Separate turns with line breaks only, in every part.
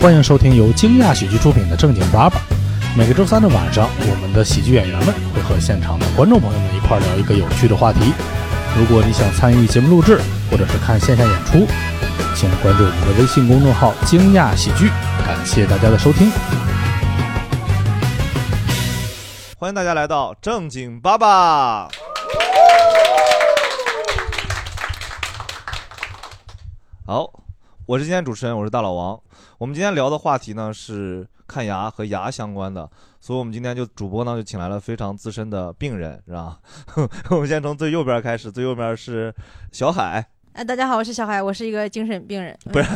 欢迎收听由惊讶喜剧出品的《正经八百》。每个周三的晚上，我们的喜剧演员们会和现场的观众朋友们一块儿聊一个有趣的话题。如果你想参与节目录制，或者是看线下演出，请关注我们的微信公众号“惊讶喜剧”。感谢大家的收听。
欢迎大家来到正经爸爸。好，我是今天主持人，我是大老王。我们今天聊的话题呢是看牙和牙相关的，所以我们今天就主播呢就请来了非常资深的病人，是吧？ 我们先从最右边开始，最右边是小海，
哎，大家好，我是小海，我是一个精神病人，
不是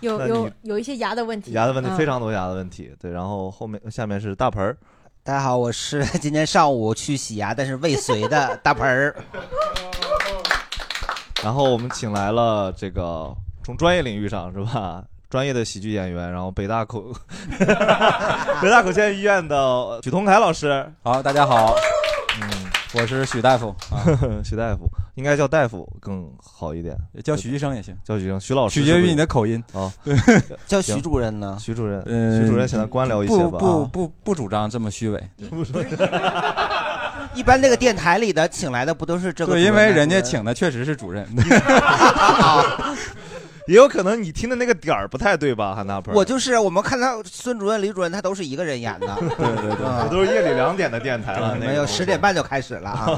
有
那
有
你
有一些牙的问题，
牙的问题
嗯
非常多牙的问题，对，然后后面下面是大盆儿，
大家好，我是 今天上午去洗牙，但是未遂的大盆 儿。
然后我们请来了这个从专业领域上是吧，专业的喜剧演员，然后北大口 北大口腔医院的许同凯老师。好，大家好，嗯，我是许大夫， 许大夫应该叫大夫更好一点，
啊叫许医生也行
叫许医生，许老师
取决
是不
于
是
你的口音
啊
对， 呃
叫许主任呢许主任许主任现在官僚一些吧
不
啊
不不不主张这么虚伪，
一般那个电台里的请来的不都是这个主
对，
任吗？
因为人家请的确实是主任，
也有可能你听的那个点儿不太对吧，韩大鹏？
我就是我们看他孙主任、李主任，他都是一个人演的。
啊对对对，
嗯
我都是夜里两点的电台了，
没有十点半就开始了 啊。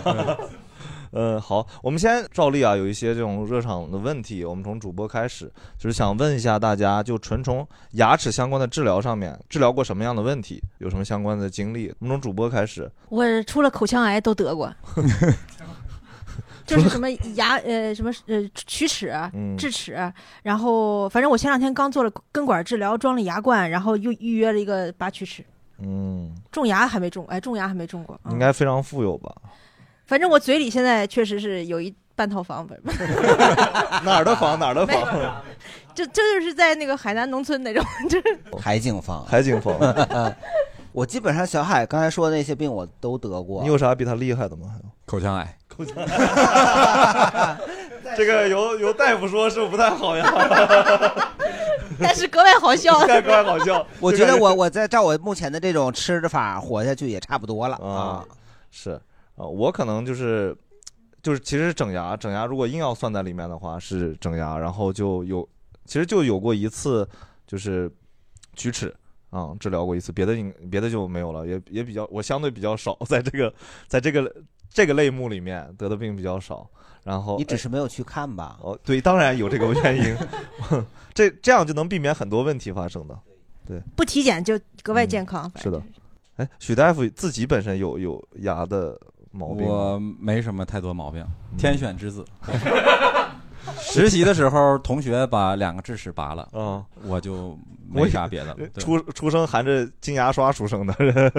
嗯，好，我们先照例啊，有一些这种热场的问题，我们从主播开始，就是想问一下大家，就纯从牙齿相关的治疗上面，治疗过什么样的问题，有什么相关的经历？我们从主播开始，
我除了口腔癌都得 过，就是什么牙呃什么呃龋齿
嗯、
智齿，然后反正我前两天刚做了根管治疗，装了牙冠，然后又预约了一个拔龋齿，
嗯，
种牙还没种，哎，种牙还没种过，
应该非常富 有吧？
反正我嘴里现在确实是有一半套房，本
哪儿的房，哪儿的
没
房？
这这 就是在那个海南农村那种，就是
海景房，
海景房。
我基本上小海刚才说的那些病我都得过。
你有啥比他厉害的吗？
口腔癌。
这个由由大夫说是不太好呀，，
但是格外好笑
太怪好笑。
我
就
觉
感
得我我在照我目前的这种吃的法活下去也差不多了啊。
是啊，我可能就是就是其实是整牙，整牙如果硬要算在里面的话是整牙，然后就有其实就有过一次就是龋齿。啊、治疗过一次，别的应别的就没有了，也也比较，我相对比较少，在这个在这个这个类目里面得的病比较少。然后哎
你只是没有去看吧？
哦，对，当然有这个原因， 这这样就能避免很多问题发生的。对，
不体检就格外健康，
是的。哎，许大夫自己本身有有牙的毛病吗，
我没什么太多毛病，
嗯
天选之子。 实习的时候，同学把两个智齿拔了，
嗯，
我就
我
没啥别的了。对
出出生含着金牙刷出生的人，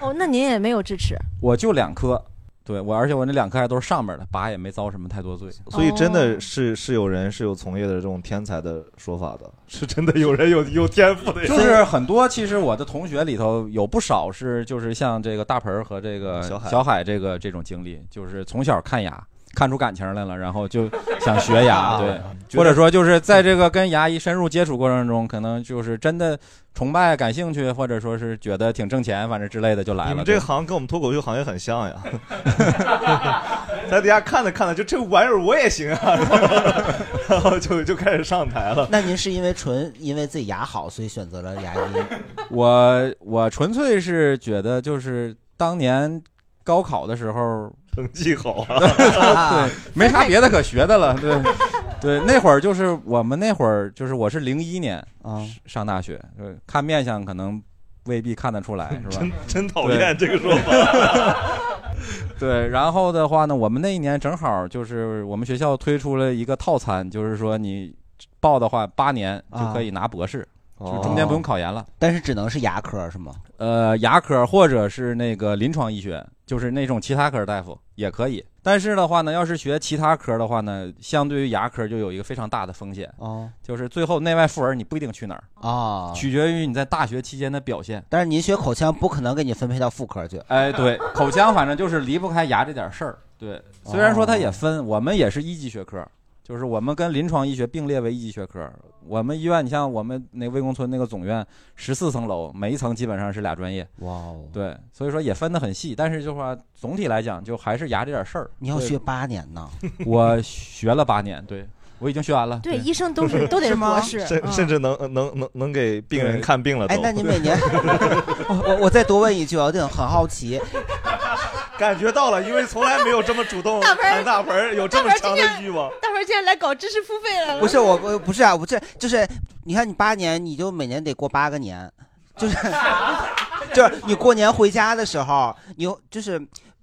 哦，那您也没有智齿，
我就两颗，对我，而且我那两颗还都是上面的，拔也没遭什么太多罪。
所以真的是是有人是有从业的这种天才的说法的，是真的有人有有天赋的人，
就是很多，其实我的同学里头有不少是，就是像这个大盆儿和这个
嗯小海
小海这个这种经历，就是从小看牙 看出感情来了，然后就想学牙，对，
啊觉得
或者说就是在这个跟牙医深入接触过程中，可能就是真的崇拜、感兴趣，或者说是觉得挺挣钱，反正之类的就来了。
你们这
对
行跟我们脱口秀行业很像呀，在底下看着看着，就这玩意儿我也行啊，然后然后就就开始上台了。
那您是因为纯因为自己牙好，所以选择了牙医？
我我纯粹是觉得，就是当年高考的时候
成绩好啊
对，没啥别的可学的了，对。对，那会儿就是我们那会儿就是我是零一年
啊
上大学，对，看面相可能未必看得出来，是吧？
真 真讨
对
厌这个说法。
对，然后的话呢，我们那一年正好就是我们学校推出了一个套餐，就是说你报的话，八年就可以拿博士，就是中间不用考研了。
但是只能是牙科是吗？
哦呃，牙科或者是那个临床医学，就是那种其他科大夫也可以。但是的话呢，要是学其他科的话呢，相对于牙科就有一个非常大的风险，
哦，
就是最后内外妇儿你不一定去哪儿，
啊，
取决于你在大学期间的表现。
但是您学口腔不可能给你分配到妇科去。
哎，对，口腔反正就是离不开牙这点事儿。对，虽然说它也分，我们也是一级学科，就是我们跟临床医学并列为一级学科。我们医院，你像我们那魏公村那个总院，十四层楼，每一层基本上是俩专业。
哇哦，
对，所以说也分得很细，但是就话总体来讲，就还是牙这点事儿。
你要学八年呢，
对， 我学了八年，对我已经学完了。
对，医生都是都得
是
是
吗
博士，
甚
嗯
甚至能能能能给病人
对
看病了都
哎，，那你每年，哦我我再多问一句啊，我就很好奇，
感觉到了，因为从来没有这么主动
大盆儿
谈大盆儿，有这么
大盆儿
强
今
的
天
欲望。
大伙儿竟然来搞知识付费来 了，
不是我我不是啊，我这就是你看你八年，你就每年得过八个年，就是就是你过年回家的时候，你有就是。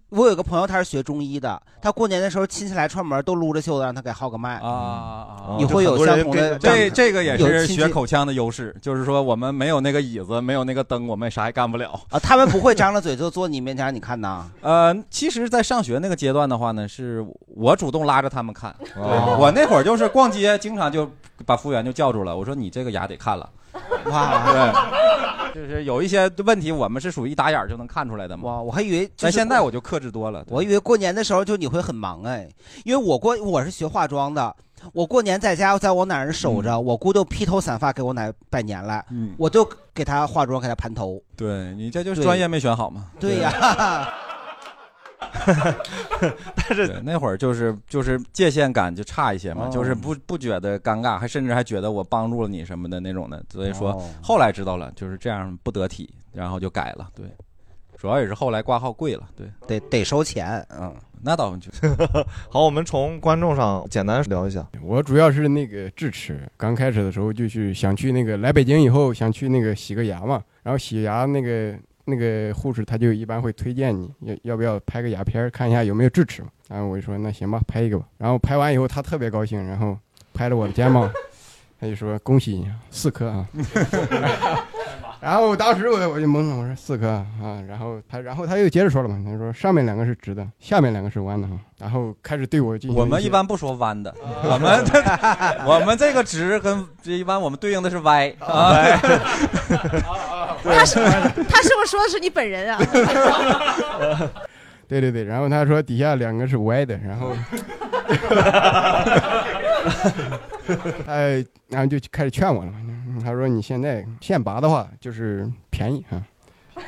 我有个朋友，他是学中医的，他过年的时候亲戚来串门，都撸着袖子让他给号个脉
啊。啊啊！
嗯
你
就
会有
很多人
相同的
跟
障碍
这这个也
有
是
亲
学
戚
口腔的优势，就是说我们没有那个椅子，没有那个灯，我们啥也干不了。
啊，他们不会张着嘴就坐你面前让你看呐。
呃，其实，在上学那个阶段的话呢，是我主动拉着他们看。
哦
我那会儿就是逛街，经常就把服务员就叫住了，我说你这个牙得看了。
哇
对，就是有一些问题，我们是属于一打眼儿就能看出来的嘛。
哇，啊我还以为就
但
是
现在我就克制多了。对
我以为过年的时候就你会很忙哎，因为我过我是学化妆的，我过年在家在我奶奶守着，我姑就披头散发给我奶拜年来，
嗯，
我就给她化妆，给她盘头。
对你这就是
对
专业没选好嘛。啊
对呀、
但是
对，那会儿就是就是界限感就差一些嘛，
哦
就是不不觉得尴尬，还甚至还觉得我帮助了你什么的那种的，所以说、
哦
后来知道了就是这样不得体，然后就改了。对，主要也是后来挂号贵了。对，
得得收钱，嗯，
那倒就
好，我们从观众上简单聊一下。
我主要是那个智齿，刚开始的时候就去想去那个来北京以后想去那个洗个牙嘛，然后洗牙那个那个护士他就一般会推荐你要要不要拍个牙片儿看一下有没有智齿嘛，然后我就说那行吧，拍一个吧，然后拍完以后他特别高兴，然后拍了我的肩膀，他就说恭喜你四颗啊，然后我当时我我就懵了，我说四颗啊，啊然后他然后他又接着说了嘛，他说上面两个是直的，下面两个是弯的啊，然后开始对我进行
我们
些
一般不说弯的，我们我们这个值跟一般我们对应的是 y 啊，
他是他是不是说的是你本人啊？
对对对，然后他说底下两个是歪的， 然后，哎，然后就开始劝我了。他说你现在现拔的话就是便宜啊，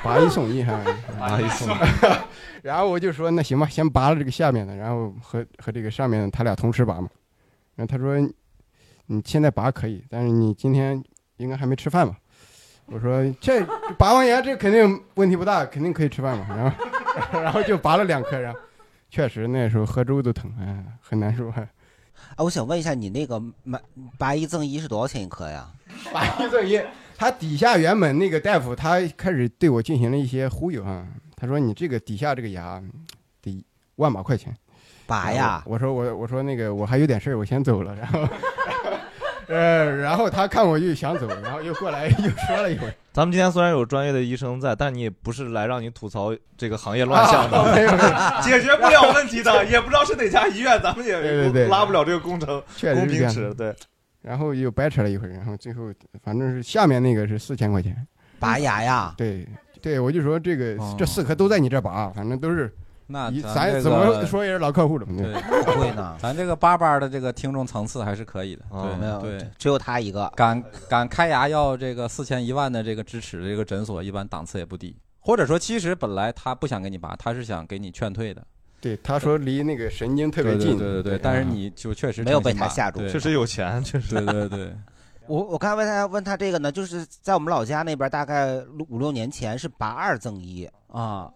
拔一送一哈。
哎呀，
然后我就说那行吧，先拔了这个下面的，然后和和这个上面的他俩同时拔嘛。然后他说你现在拔可以，但是你今天应该还没吃饭吧？我说这拔完牙这肯定问题不大，肯定可以吃饭嘛。然后 然后就拔了两颗，然后确实那时候喝粥都疼，哎，很难受。哎
啊，我想问一下你那个买拔一赠一是多少钱一颗呀？
拔一赠一，他底下原本那个大夫他开始对我进行了一些忽悠啊，他说你这个底下这个牙得万把块钱。
拔呀，
我说我我说那个我还有点事儿，我先走了。然后，呃，然后他看我又想走，然后又过来又说了一回，
咱们今天虽然有专业的医生在，但你也不是来让你吐槽这个行业乱象的，
啊没有没有，
解决不了问题的，也不知道是哪家医院，咱们也
对对对
拉不了这个工程
确
公
实是这
平
样
尺。对，
的。然后又掰扯了一回，然后最后反正是下面那个是四千块钱，
拔牙哎呀，
对对，我就说这个、
哦
这四颗都在你这拔，反正都是
那
一
咱这
怎么
个
说也是老客户了嘛。
对，
不贵呢，
咱这个八八的这个听众层次还是可以的，
哦
没有，
对对。
只有他一个。
敢敢开牙要这个四千一万的这个支持的这个诊所，一般档次也不低。或者说，其实本来他不想给你拔，他是想给你劝退的，
对，他说离那个神经特别近，啊
对对对对。但是你就确实
没有被
诚心
他
拔
吓住
对
确实有钱，确实。
对对对，
我我刚才问他问他这个呢，就是在我们老家那边，大概五六年前是拔二赠一啊，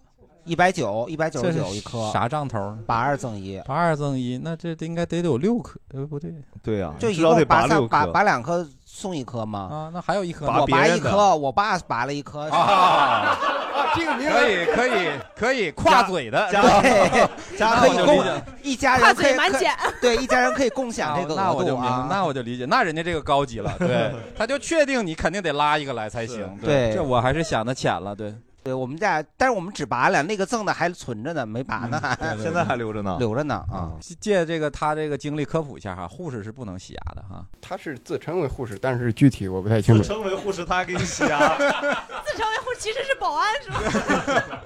一百九一百九
这
十
是
九一颗，
啥账头儿？
拔二赠一，
八二赠一，那这得应该得有六颗，呃，不对
对呀，
就一
至少得
共拔
六
三拔
颗。
拔两颗送一颗吗？
啊，那还有一颗呢
拔
我
别
拔
人
一
的
颗，我爸拔了一颗，
啊，
这个名
可
额
以 可以可以跨嘴的，
对，
那
可
我
以
就
共
理解
一家
跨
人可
嘴
以
满
可以
减，
对一家人可以共享这个
那我
额
就
度
明白，
啊。
那我就理解，那人家这个高级了， 对，他就确定你肯定得拉一个来才行，
是对
这我还是想的浅了，对，
对我们家，但是我们只拔了，那个赠的还存着呢，没拔呢，
嗯
还
哎现在还留着呢。
留着呢啊。
借这个他这个经历科普一下哈，护士是不能洗牙的 哈，
他是自称为护士，但是具体我不太清
自
楚。
称为护士，他还给你洗啊牙。
自称维护其实是保安是吧？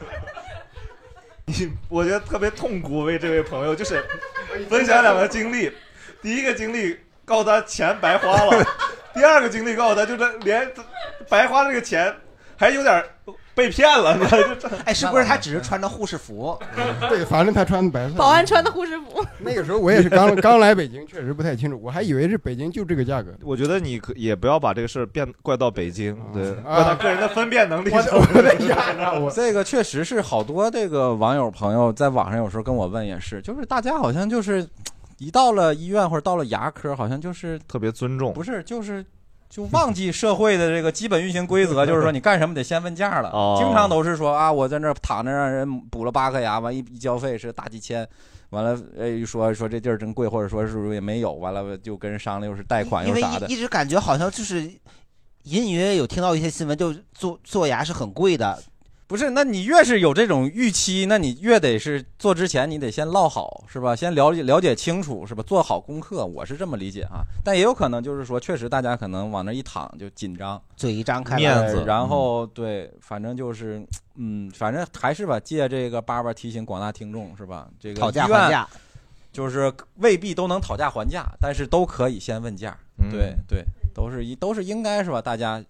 我觉得特别痛苦，为这位朋友就是分享两个经历。第一个经历告诉他钱白花 了，第二个经历告诉他就是连白花这个钱还有点被骗了，你知道就这
哎，是不是他只是穿着护士服？
对，反正他穿白色。
保安穿的护士服，
那个时候我也是刚 刚来北京，确实不太清楚，我还以为是北京就这个价格。
我觉得你可也不要把这个事儿变怪到北京，对，
啊
怪到个人的分辨能力
我
上。
我的天哪！我
这个确实是好多这个网友朋友在网上有时候跟我问也是，就是大家好像就是一到了医院或者到了牙科，好像就是
特别尊重，
不是就是就忘记社会的这个基本运行规则，就是说你干什么得先问 价了。
哦
经常都是说啊，我在那儿躺着让人补了八颗牙，完一一交费是大几千。完了，哎，说说这地儿真贵，或者说是不是也没有，完了就跟人商量，又是贷款
因
又
为
啥的
一。一直感觉好像就是隐隐约约有听到一些新闻，就是做做牙是很贵的，
不是，那你越是有这种预期，那你越得是做之前你得先唠好，是吧？先了解了解清楚，是吧？做好功课，我是这么理解啊。但也有可能就是说，确实大家可能往那一躺就紧张，
嘴一张开了，嗯
面子
呃然后对，反正就是，嗯，反正还是吧，借这个爸爸提醒广大听众，是吧？这个
讨价
医
还
院
价。
就是未必都能讨价还价，但是都可以先问价。
嗯
对对，都是一都是应该是吧？大家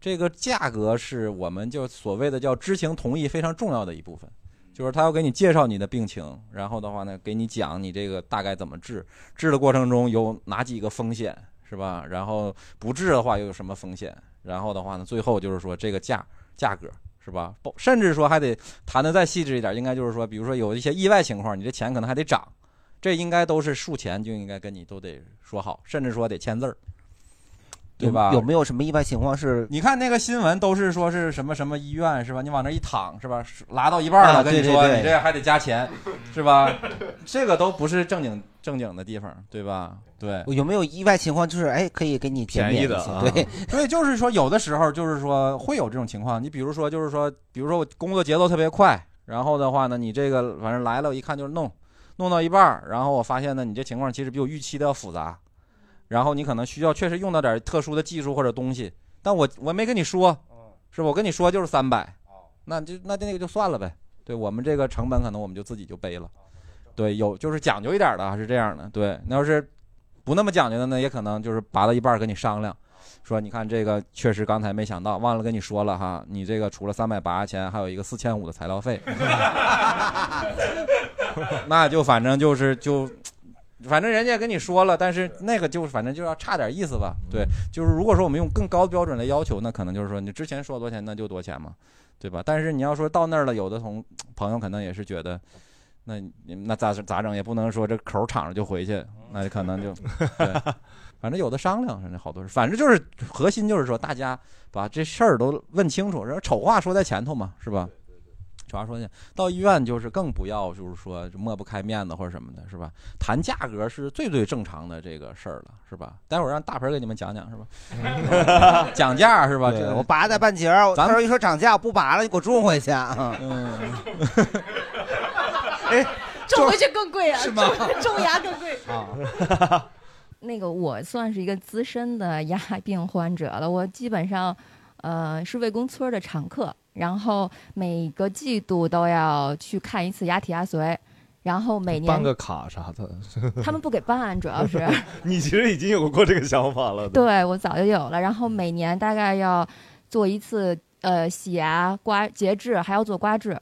这个价格是我们就所谓的叫知情同意非常重要的一部分，就是他要给你介绍你的病情，然后的话呢，给你讲你这个大概怎么治，治的过程中有哪几个风险是吧？然后不治的话又有什么风险？然后的话呢，最后就是说这个价价格。是吧？包甚至说还得谈的再细致一点，应该就是说，比如说有一些意外情况，你这钱可能还得涨，这应该都是术前就应该跟你都得说好，甚至说得签字儿，对
有
吧？
有没有什么意外情况是？
你看那个新闻都是说是什么什么医院是吧？你往那一躺是吧？拉到一半儿了，
啊
跟你
对对
说
对
你这还得加钱，是吧？这个都不是正经正经的地方，对吧？对，
有没有意外情况就是哎，可以给你减免
便宜
一些
的啊
对，
所以就是说，有的时候就是说会有这种情况。你比如说，就是说，比如说我工作节奏特别快，然后的话呢，你这个反正来了，我一看就是弄，弄到一半儿，然后我发现呢，你这情况其实比我预期的要复杂，然后你可能需要确实用到点特殊的技术或者东西，但我我没跟你说，是吧？我跟你说就是三百，那就那那个就算了呗。对我们这个成本可能我们就自己就背了。对，有就是讲究一点的啊是这样的，对，那要是不那么讲究的呢，也可能就是拔到一半儿跟你商量。说你看这个确实刚才没想到，忘了跟你说了哈，你这个除了三百八钱，还有一个四千五的材料费， 那就反正就是就。反正人家跟你说了，但是那个就反正就要差点意思吧。对，就是如果说我们用更高的标准来要求，那可能就是说你之前说多少钱，那就多少钱嘛，对吧？但是你要说到那儿了，有的同朋友可能也是觉得，那你那咋咋整也不能说这口儿敞着就回去，那就可能就对，反正有的商量，反正好多事，反正就是核心就是说，大家把这事儿都问清楚，然后丑话说在前头嘛，是吧？丑话说呢，到医院就是更不要，就是说抹不开面子或者什么的，是吧？谈价格是最最正常的这个事儿了，是吧？待会儿让大盆儿给你们讲讲，是吧？ 讲价是吧？
对
这
我拔在半截儿，我
咱
到
们
时候一说涨价，我不拔了，你给我种回去啊。
嗯，
哎
哎
种回去更贵啊，
是
种
吗
种牙更贵。
那个我算是一个资深的牙病患者了，我基本上，呃，是魏公村的常客，然后每个季度都要去看一次牙体牙髓，然后每
办
年
个卡啥的，
他 们不给办，主要是
你其实已经有过这个想法了。
对我早就有了，然后每年大概要做一次呃洗牙、刮节制，还要做刮治，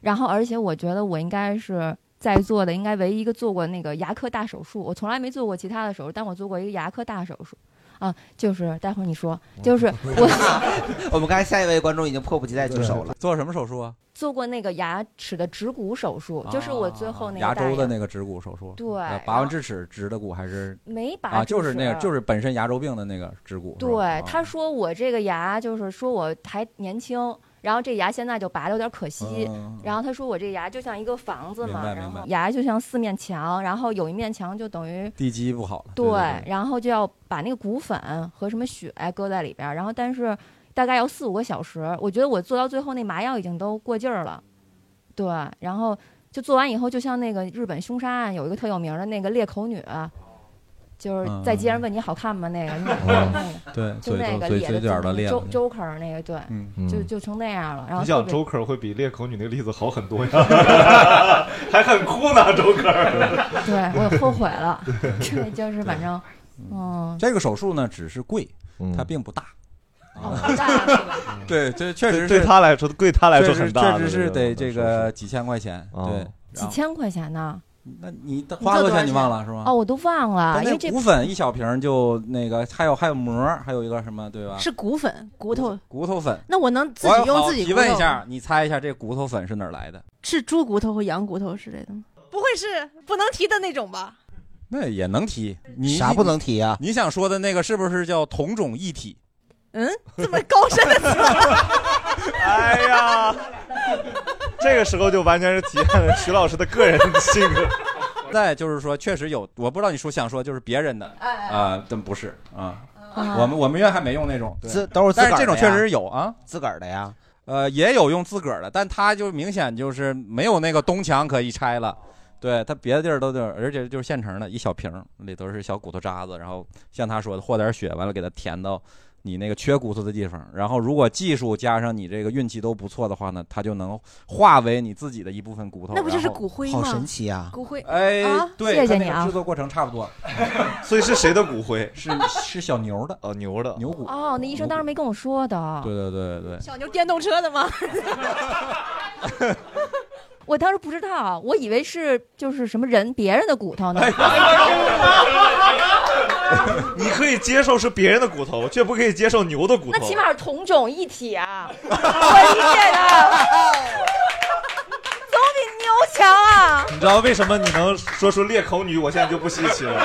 然后而且我觉得我应该是。在座的应该唯一一个做过那个牙科大手术，我从来没做过其他的手术，但我做过一个牙科大手术，啊，就是待会儿你说，就是 我
我们刚才下一位观众已经迫不及待举手了。
做什么手术啊？
做过那个牙齿的植骨手术，就是我最后那个
牙
大
周的那个植骨手术，
对
呃拔
然后
完智齿植的骨还是
没拔。
啊？就是那个，就是是本身牙周病的那个植骨。是吧
对，他
啊
说我这个牙就是说我还年轻，然后这牙现在就拔的有点可惜，
嗯
然后他说我这牙就像一个房子
明白
嘛，然
明白
后牙就像四面墙，然后有一面墙就等于
地基不好了。
对
对
然后就要把那个骨粉和什么血呃搁在里边儿，然后但是大概要四五个小时，我觉得我做到最后那麻药已经都过劲儿了，对，然后就做完以后，就像那个日本凶杀案有一个特有名儿的那个裂口女，就是
嗯
在街上问你好看吗？那个，你好看吗那个，
对，
就
嘴
那
都
个
嘴
咧
嘴
的
角
就
的裂
周
了，
周口儿那个，对，
嗯，
就就成那样了。然后
你想
特别
周可会比裂口女那个例子好很多呀， 还很哭呢，周可。
对我后悔 了，对，就是反正，嗯，
这个手术呢只是贵，
嗯
它并不大。
哦，不大是吧？
对，这确实
对
是
对他来说，对他来
确
说
实
很大
确
的
实是得这
手术
个几千块钱。
哦
对，
几千块钱呢？
那你花多少钱你忘了是吗？
哦，我都忘了，
但
因为
那
这
骨粉一小瓶儿就那个，还有还有膜儿，还有一个什么对吧？
是骨粉骨头，
骨头粉。
那我能自
我
己用
好
自己
提
骨头
问一下，你猜一下这骨头粉是哪儿来的？
是猪骨头和羊骨头之类的吗？
不会是不能提的那种吧？
那也能提，你
啥不？能提啊？
你想说的那个是不是叫同种异体？
嗯，这么高深的词，
哎呀，这个时候就完全是体现了徐老师的个人性格。
再就是说，确实有，我不知道你说想说就是别人的啊，真不是啊，我们我们院还没用那种，对
自都是自
但
个
是
儿的
这种
呀
确实是有啊。
自个儿的呀。
呃，也有用自个儿的，但他就明显就是没有那个东墙可以拆了。对他别的地儿都得，而且就是现成的，一小瓶儿里头是小骨头渣子，然后像他说的和点血，完了给它填到你那个缺骨头的地方，然后如果技术加上你这个运气都不错的话呢，它就能化为你自己的一部分骨头。
那不就是
然后？
骨灰
好神
吗？
奇啊！
骨灰
哎，
啊
对，
谢谢
它那
你
个
啊
制作过程差不多，
所以是谁的骨灰？
是是小牛的
哦，牛的。
牛骨。
哦，那医生当时没跟我说的，
对对对对，
小牛电动车的 吗？
我当时不知道，我以为是就是什么人别人的骨头呢。哎
你可以接受是别人的骨头，却不可以接受牛的骨
那
头。
起码是同种一体啊，我理解的，总比牛强啊！
你知道为什么你能说出裂口女，我现在就不稀奇了。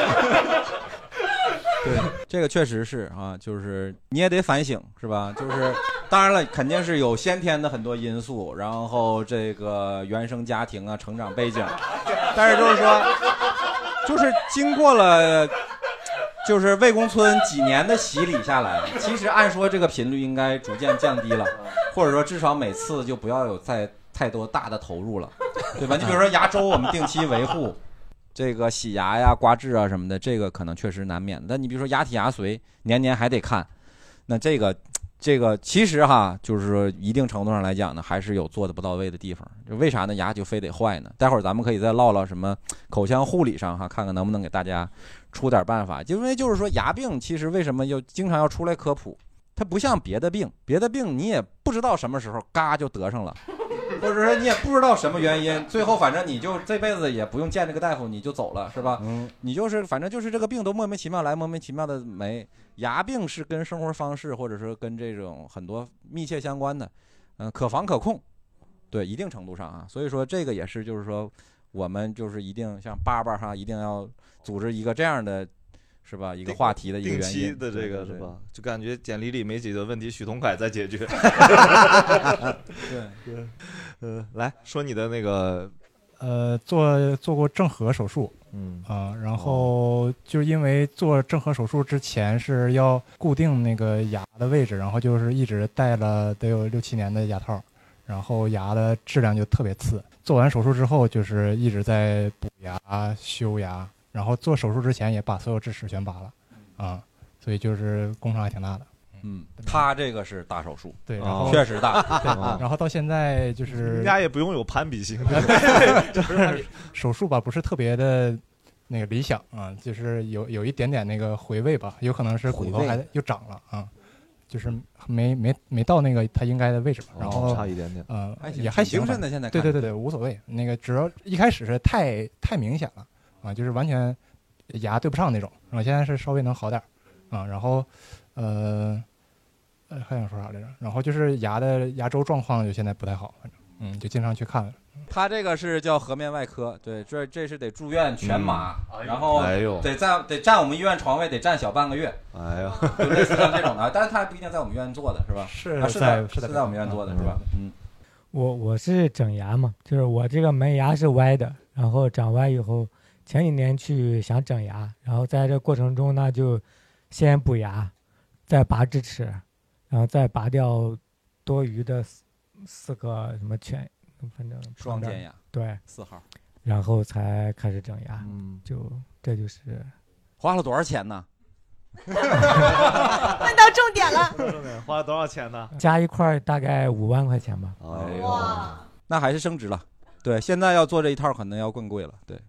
这个确实是啊，就是你也得反省，是吧？就是当然了，肯定是有先天的很多因素，然后这个原生家庭啊、成长背景，但是就是说，就是经过了。就是魏公村几年的洗礼下来，其实按说这个频率应该逐渐降低了，或者说至少每次就不要有再太多大的投入了，对吧？你比如说牙周，我们定期维护，这个洗牙呀、刮治啊什么的，这个可能确实难免。但你比如说牙体牙髓，年年还得看，那这个这个其实哈，就是说一定程度上来讲呢，还是有做的不到位的地方。就为啥呢？牙就非得坏呢？待会儿咱们可以再唠唠什么口腔护理上哈，看看能不能给大家出点办法。因为就是说牙病其实为什么要经常要出来科普？它不像别的病，别的病你也不知道什么时候嘎就得上了。或者说你也不知道什么原因，最后反正你就这辈子也不用见这个大夫，你就走了，是吧？
嗯，
你就是反正就是这个病都莫名其妙来，莫名其妙的没。牙病是跟生活方式或者说跟这种很多密切相关的，嗯、可防可控，对一定程度上啊。所以说这个也是就是说我们就是一定像爸爸哈，一定要组织一个这样的，是吧？ 一个话题的一个
定
原
期
因
的这个是？吧？就感觉简历里没解决问题，许桐凯在 解决。
对对对，
呃，来说你的那个，
呃，做做过正颌手术
嗯，
啊、
哦
然后就是因为做正颌手术之前是要固定那个牙的位置，然后就是一直戴了得有六七年的牙套，然后牙的质量就特别次。做完手术之后，就是一直在补牙、修牙，然后做手术之前也把所有智齿全拔了，啊、所以就是工伤还挺大的。
嗯，他这个是大手术，
对，
哦
然后、
确实 大。哦
啊
然后到现在就
人
是
家也不用有攀比 心。
手术吧，不是特别的那个理想啊，就是有有一点点那个回位吧，有可能是骨头
回味
还又长了啊，就是没没没到那个它应该的位置嘛，然后、
哦差一点点。
呃
还行
也还
挺
行
精
吧，
神的，现在
对对
看
对对，无所谓。那个只要一开始是太太明显了啊，就是完全牙对不上那种，然后现在是稍微能好点儿啊，然后呃呃还想说啥来着？然后就是牙的牙周状况就现在不太好，反正嗯就经常去看了。
他这个是叫颌面外科，对，这这是得住院全麻，然后
哎呦，
得占得占我们医院床位得占小半个月，
哎呀，
就类似像这种的，但是他不一定在我们医院做的是吧？
是
啊，是在
是
是在我们医院做的是吧？嗯，
我我是整牙嘛，就是我这个门牙是歪的，然后长歪以后，前几年去想整牙，然后在这过程中呢，就先补牙，再拔智齿，然后再拔掉多余的四四个什么全，反正
双尖
牙
牙
对，
四号，
然后才开始整牙，
嗯，
就这就是
花了多少 钱呢？
问到重点了，
花了多少钱呢？
加一块儿大概五万块钱吧。
哦
哎
哇，那还是升值了。对，现在要做这一套，可能要更贵了。对，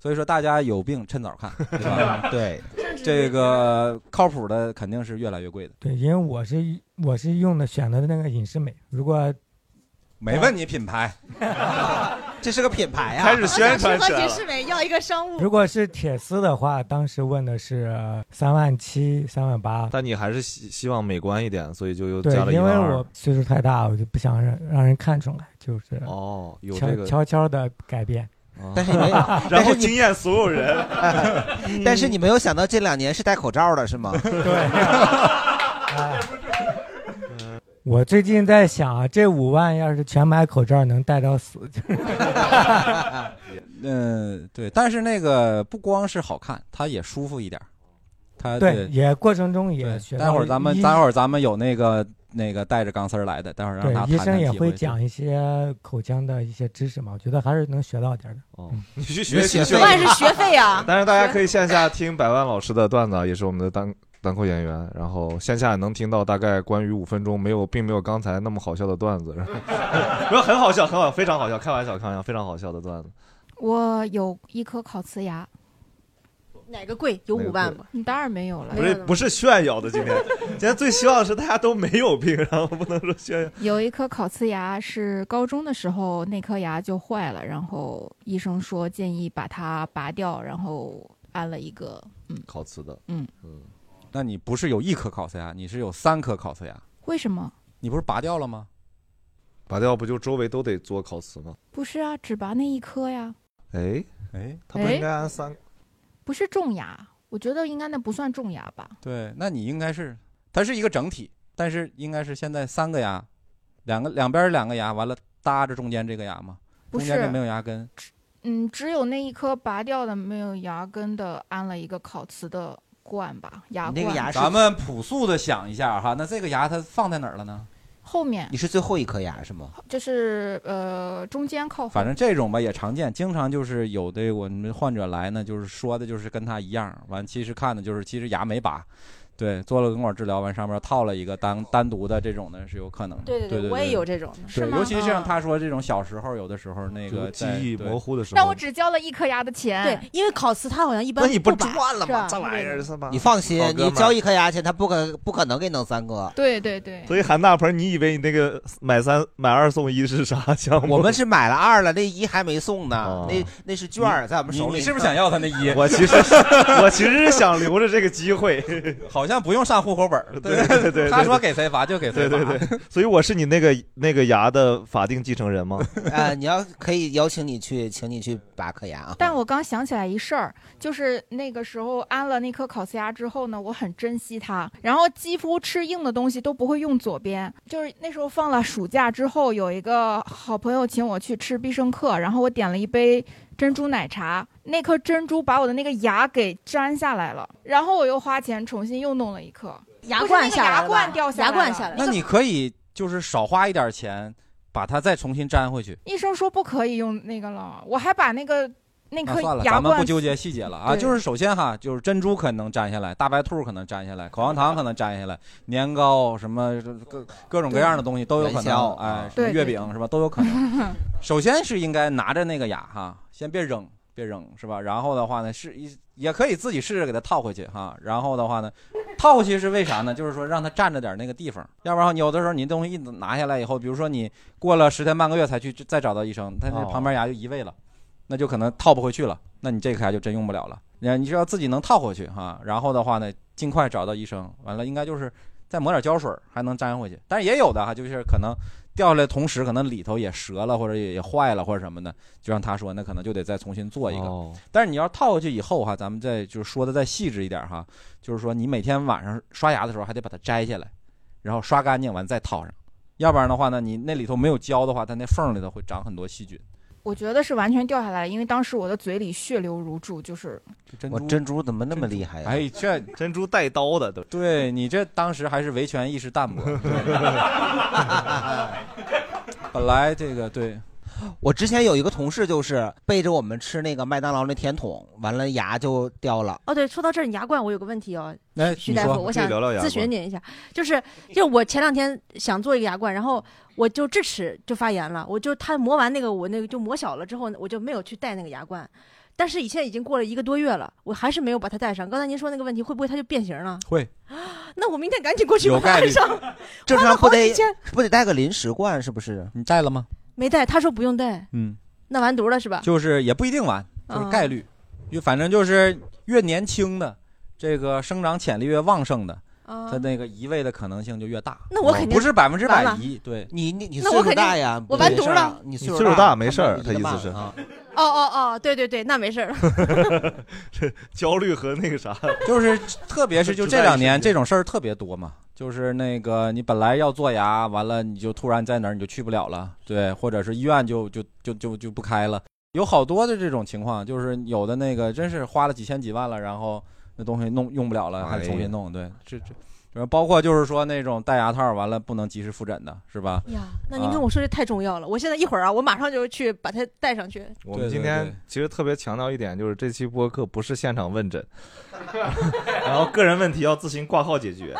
所以说大家有病趁早看，对 吧
对
这个靠谱的肯定是越来越贵的。
对，因为我是我是用的选择的那个隐适美，如果
没问你品牌，
这是个品牌啊，
啊开始宣传
和秦世美要一个商务。
如果是铁丝的话，当时问的是三万七、三万八。
但你还是希希望美观一点，所以就又
对
加，了一
因
万
为
二
我岁数太大，我就不想让让人看出来，就是
哦，有
悄
这个
悄悄的改变。
但是你 没有，
然后
但是你。
惊艳所有人
但是你没有想到这两年是戴口罩的，是吗？
哎
我最近在想啊，这五万要是全买口罩，能戴到死。
嗯，对，但是那个不光是好看，它也舒服一点儿。它
对，也过程中也
对
学到
待会儿咱们
医
待会儿咱们有那个那个带着钢丝儿来的，待会儿让他
对医
谈
生
谈
也
体会
会。讲一些口腔的一些知识嘛，我觉得还是能学到点儿的。
哦，
你
去学习去
五万是学费 啊。
但是大家可以线下听百万老师的段子啊，也是我们的单单口演员，然后线下也能听到大概关于五分钟没有，并没有刚才那么好笑的段 子，不是很好笑，很好，非常好笑，开玩笑，开玩笑，非常好笑的段子。
我有一颗烤瓷牙，
哪个贵？有五万吗？
你当然没有了，
不是不是炫耀的，今天今天最希望的是大家都没有病，然后不能说炫耀。
有一颗烤瓷牙是高中的时候那颗牙就坏了，然后医生说建议把它拔掉，然后安了一个嗯，
烤瓷的，
嗯
嗯，
那你不是有一颗烤瓷牙，你是有三颗烤瓷牙，
为什么？
你不是拔掉了吗？
拔掉不就周围都得做烤瓷吗？
不是啊，只拔那一颗呀，
哎
哎，
他不应该按三
不是种牙，我觉得应该那不算种牙吧？
对，那你应该是，它是一个整体，但是应该是现在三个牙，两个两边儿两个牙，完了搭着中间这个牙嘛，
不
中间
是
就没有牙根。
嗯，只有那一颗拔掉的没有牙根的安了一个烤瓷的冠吧，牙冠。
咱们朴素的想一下哈，那这个牙它放在哪儿了呢？
后面
你是最后一颗牙是吗？
就是呃中间靠后。
反正这种吧也常见，经常就是有的我们患者来呢，就是说的就是跟他一样，完其实看的就是其实牙没拔，对，做了根管治疗，完上面套了一个单单独的这种呢是有可能的。
对
对
对对我也有这种的是
对，
吗嗯
尤其是像他说这种小时候有的时候那个
就记
在
忆
对
模糊的时
但我只交了一颗牙的钱。
对，因为烤瓷它好像一般
那你不
拔
赚了
是吧
吗？这玩意儿是吧？
你放心
好，哥们
你
儿
交一颗牙钱，他不可不可能给你弄三个。
对对对
所以韩大鹏，你以为你那个买三买二送一是啥 项目？
我们是买了二了，那一还没送呢，
哦
那那是券儿
你
在我们手里。
你你 是不是想要他那一？
我其实 我其实是想留着这个机会，
好像不用上户口本儿，
对 对对对
他说给谁罚就给谁
对
罚。
对对，所以我是你那个那个牙的法定继承人吗？
啊，你要可以邀请你去，请你去拔颗牙啊。
但我刚想起来一事儿，就是那个时候安了那颗烤瓷牙之后呢，我很珍惜它，然后几乎吃硬的东西都不会用左边。就是那时候放了暑假之后，有一个好朋友请我去吃必胜客，然后我点了一杯珍珠奶茶，那颗珍珠把我的那个牙给粘下来了，然后我又花钱重新又弄了一颗
牙
不是
冠
那个
下来
牙
了
冠
吧
掉下
牙
来
冠
了
下来
那你可以就是少花一点钱，把它再重新粘回去。
医生说不可以用那个了，我还把那个那
那
颗
算了，
牙
咱们
冠
不纠结细节了啊。
对
就是首先哈，就是珍珠可能粘下来，大白兔可能粘下来，口香糖可能粘下来，年糕什么各各种各样的东西都有可
元宵
能，哎，什么
对
月
对
饼是吧，都有可能。首先是应该拿着那个牙哈，先别扔，别扔是吧？然后的话呢，是一也可以自己试着给它套回去哈。然后的话呢， 套回去是为啥呢？就是说让它占着点那个地方，要不然有的时候你东西一拿下来以后，比如说你过了十天半个月才去再找到医生，它那
哦
旁边牙就移位了。那就可能套不回去了，那你这颗牙就真用不了了。你你只要自己能套回去哈、然后的话呢，尽快找到医生，完了应该就是再抹点胶水儿还能粘回去。但是也有的哈、就是可能掉下来同时可能里头也折了或者也也坏了或者什么的，就像他说那可能就得再重新做一个。但是你要套回去以后哈、咱们再就是说的再细致一点哈、就是说你每天晚上刷牙的时候还得把它摘下来，然后刷干净完再套上，要不然的话呢，你那里头没有胶的话，它那缝儿里头会长很多细菌。
我觉得是完全掉下来了，因为当时我的嘴里血流如注，就是
珍
我
珠
珍珠怎么那么厉害呀？
哎，这
珍珠带刀的都。
对你这当时还是 维权意识淡薄。本来这个对，
我之前有一个同事就是背着我们吃那个麦当劳那甜筒，完了牙就掉了。
哦，对，说到这儿，你牙冠我有个问题哦，
哎
徐
你
大
说
夫，我
可以
想
聊聊牙
咨询
冠
您一下，就是就我前两天想做一个牙冠，然后我就智齿就发炎了，我就它磨完那个我那个就磨小了之后，我就没有去戴那个牙冠，但是以现在已经过了一个多月了，我还是没有把它戴上。刚才您说那个问题，会不会它就变形了？
会，
那我明天赶紧过去
有概
戴
率
上，
正
花了
常
好
不
几
得
千，
不得带个临时冠是不是？
你带了吗？
没戴，他说不用戴，
嗯，
那完犊了是吧？
就是也不一定完，
嗯
就是概率，就反正就是越年轻的，这个生长潜力越旺盛的，
啊
它那个移位的可能性就越大。
那我肯定
不是百分之
完
百
了
移，对
你你你
那我岁数肯定大呀我完犊了
你
岁
岁数
数
大
没
他
事
们
儿，
移
他
得
意思
慢
是
啊
哦哦哦，对对对，那没事儿了。
焦虑和那个啥，
就是特别是就这两年
不在
这种事儿特别多嘛，就是那个你本来要做牙，完了你就突然在哪儿你就去不了了，对，或者是医院就就就就就不开了，有好多的这种情况，就是有的那个真是花了几千几万了，然后那东西弄用不了了，还得
哎
重新弄，对，这这。然后包括就是说那种戴牙套完了不能及时复诊的，是吧？
呀，那您
啊
跟我说这太重要了，我现在一会儿啊，我马上就去把它戴上去。
我们
对
今
对
天
对
其实特别强调一点，就是这期播客不是现场问诊，然后个人问题要自行挂号解决，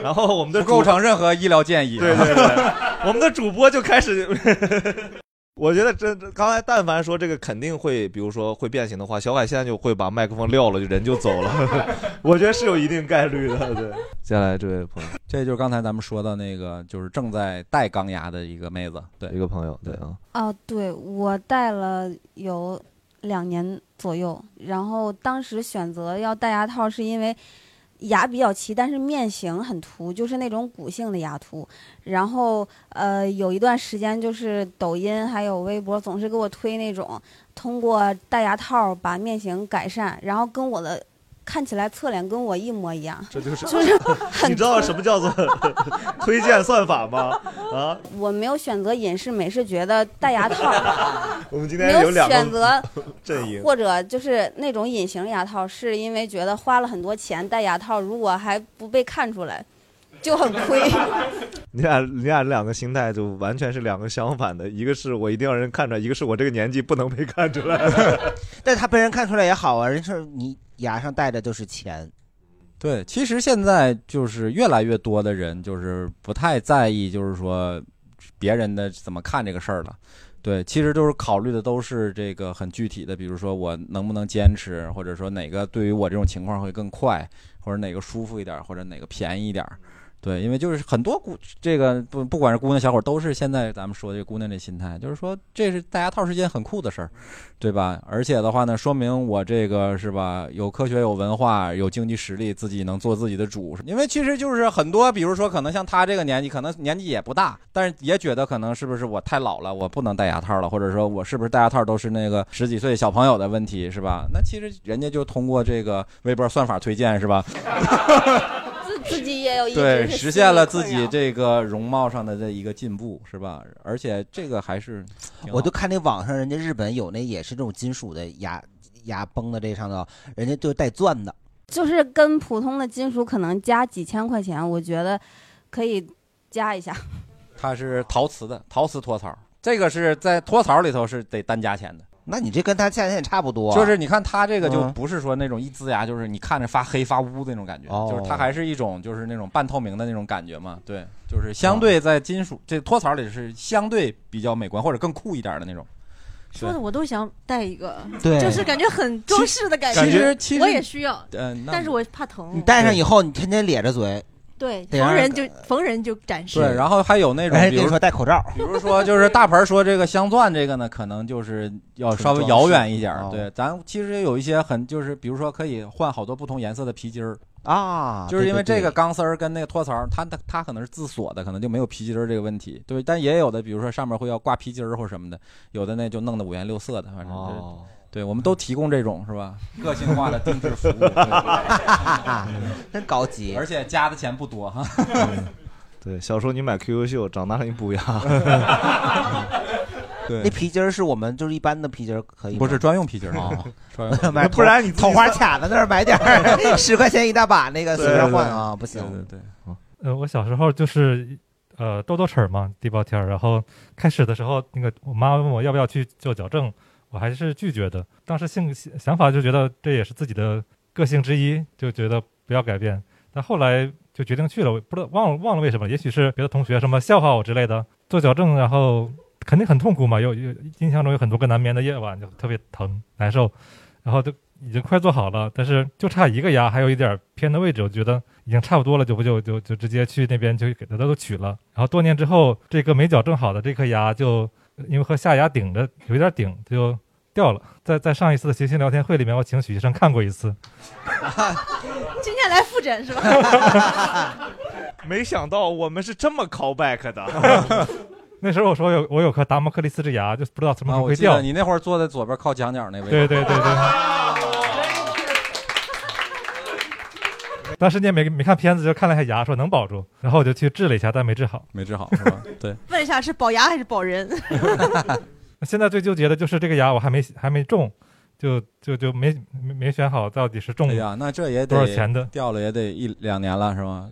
然后我们的
不构
主
成任何医疗建议。
对对对，我们的主播就开始， 我觉得真真刚才但凡说这个肯定会，比如说会变形的话，小凯现在就会把麦克风撂了，就人就走了， 我觉得 是有一定概率的，对。接下来这位朋友，
这就是刚才咱们说的那个，就是正在戴钢牙的一个妹子，对，
一个朋友，对啊，
哦，对，我戴了有两年左右，然后当时选择要戴牙套是因为牙比较齐，但是面型很凸，就是那种骨性的牙突。然后呃，有一段时间就是抖音还有微博总是给我推那种通过戴牙套把面型改善，然后跟我的看起来侧脸跟我一模一样。
这就是
就是
你知道什么 叫做推荐算法吗？啊，
我没有选择隐适美，是觉得戴牙套
我们今
没
天
有
两个
选择
阵营，
或者就是那种隐形牙套，是因为觉得花了很多钱戴牙套，如果还不被看出来，就很亏。
你俩你俩两个心态就完全是两个相反的，一个是我一定要人看出来，一个是我这个年纪不能被看出来。
但他被人看出来也好啊，人说你牙上戴着就是钱。
对，其实现在就是越来越多的人就是不太在意，就是说别人的怎么看这个事儿了。对，其实就是考虑的都是这个很具体的，比如说我能不能坚持，或者说哪个对于我这种情况会更快，或者哪个舒服一点，或者哪个便宜一点。对，因为就是很多姑这个不不管是姑娘小伙儿，都是现在咱们说这姑娘这心态，就是说这是戴牙套是件很酷的事儿，对吧？而且的话呢，说明我这个是吧，有科学、有文化、有经济实力，自己能做自己的主。因为其实就是很多，比如说可能像他这个年纪，可能年纪也不大，但是也觉得可能是不是我太老了，我不能戴牙套了，或者说我是不是戴牙套都是那个十几岁小朋友的问题，是吧？那 其实人家就通过这个微博算法推荐，是吧？
自自己也有一
对，
直是
实
心理
现了
困
自己
扰
这个容貌上的这一个进步，是吧？而且这个还是挺好，
我就看那网上人家日本有那也是这种金属的牙牙崩的这上头，人家就带钻的。
就是跟普通的金属可能加几千块钱，我觉得可以加一下。
它是陶瓷的，陶瓷托槽，这个是在托槽里头是得单加钱的。
那你这跟他价钱也差不多啊、
就是你看它这个就
嗯
不是说那种一呲牙，就是你看着发黑发乌的那种感觉，
哦
就是它还是一种就是那种半透明的那种感觉嘛。对，就是相对在金属这托槽里是相对比较美观或者更酷一点的那种。
说的我都想戴一个，
对
就是感觉很中式的感觉。
其实其实
我也需要，
嗯那
但是我怕疼。
你戴上以后，你天天咧着嘴。
对，
得让
逢
人
人就逢人就展示。
呃对，然后还有那种
哎，
比
跟你
如
说戴口罩，
比如说就是大盆儿说这个镶钻这个呢，可能就是要稍微遥远一点儿。
纯装饰哦
对，咱其实有一些很就是，比如说可以换好多不同颜色的皮筋儿。
啊，
就是因为
对
这
对
个钢丝儿跟那个托槽儿，它它它可能是自锁的，可能就没有皮筋儿这个问题。对，但也有的，比如说上面会要挂皮筋儿或什么的，有的那就弄得五颜六色的，反正就是、
哦
对，我们都提供这种是吧？个性化的定制服务，对
真高级
而且加的钱不多哈。
对，小时候你买 QQ 秀，长大了你补 牙。
那皮筋儿是我们就是一般的皮筋儿可以吗，
不是专用皮筋 儿
啊
专用皮筋儿
买
哦不然你自己
桃花卡子那儿买点儿，十块钱一大把那个随便换啊，不行。
对对对，
呃，我小时候就是呃豆豆齿儿嘛，地包天儿。然后开始的时候，那个我妈问我要不要去做矫正，我还是拒绝的。当时性想法就觉得这也是自己的个性之一，就觉得不要改变。但后来就决定去了，我不知道忘了忘了为什么，也许是别的同学什么笑话我之类的。做矫正，然后肯定很痛苦嘛，有有印象中有很多个难眠的夜晚，就特别疼难受，然后就已经快做好了，但是就差一个牙，还有一点偏的位置，我觉得已经差不多了，就不就就就直接去那边就给它都取了。然后多年之后，这个没矫正好的这颗牙就呃因为和下牙顶着有一点顶，就掉了。在在上一次的谐星聊天会里面，我请许医生看过一次，
今天来复诊是吧？
没想到我们是这么 call back 的，
那时候我说有我有颗达摩克利斯之牙，就不知道什么时候
我
会
记
掉。
得你那会儿坐在左边靠墙角那位，
对对对对。当时你也没没看片子，就看了一下牙，说能保住，然后我就去治了一下，但没治好，
没治好是吧？对。
问一下是保牙还是保人？
现在最纠结的就是这个牙我还没还没中，就就就没没没选好到底是中
哎呀，那这也得
多少钱的？
掉了也得一两年了是吗？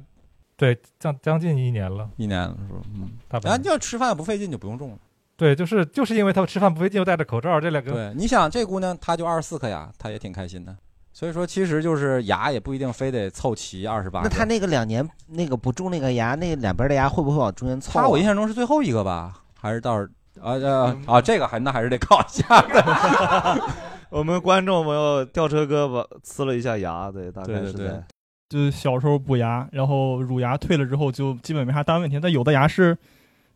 对，将将近一年了，
一年了是吧？嗯，
大半
然
年。
后要吃饭不费劲就不用种了。
对，就是就是因为他们吃饭不费劲，又戴着口罩，这两个
对，你想这姑娘她就二十四颗牙，她也挺开心的。所以说，其实就是牙也不一定非得凑齐二十八。
那他那个两年那个不种那个牙，那两边的牙会不会往中间凑、啊？嗯
他我印象中是最后一个吧，还是到时啊啊啊，这个还那还是得考一下的。
我们观众朋友吊车哥把呲了一下牙，对，大概
对对
是
对
在
就是小时候补牙，然后乳牙退了之后就基本没啥大问题，但有的牙是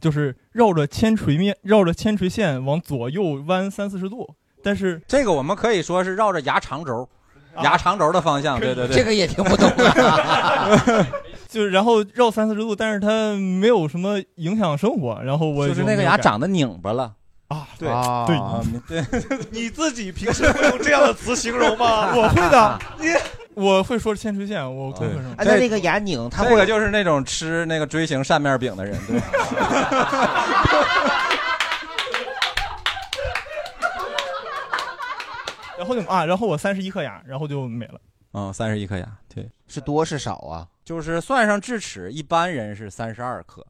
就是绕着铅垂面绕着铅垂线往左右弯三四十度，但是
这个我们可以说是绕着牙长轴，
啊
牙长轴的方向。对对对，
这个也
听不懂。啊
就是然后绕三四十度，但是它没有什么影响生活。然后我
就是那个牙长得拧巴了
啊，
对
对
啊你对，
你自己平时会用这样的词形容吗？
我会的，我会说铅垂线，我会说什么？
哎那那
个牙拧
这个就是那种吃那个锥形扇面饼的人，对。
然后就啊，然后我三十一颗牙，然后就没了。
嗯，三十一颗牙，对，
是 多是少啊？
就是算上智齿，一般人是三十二颗，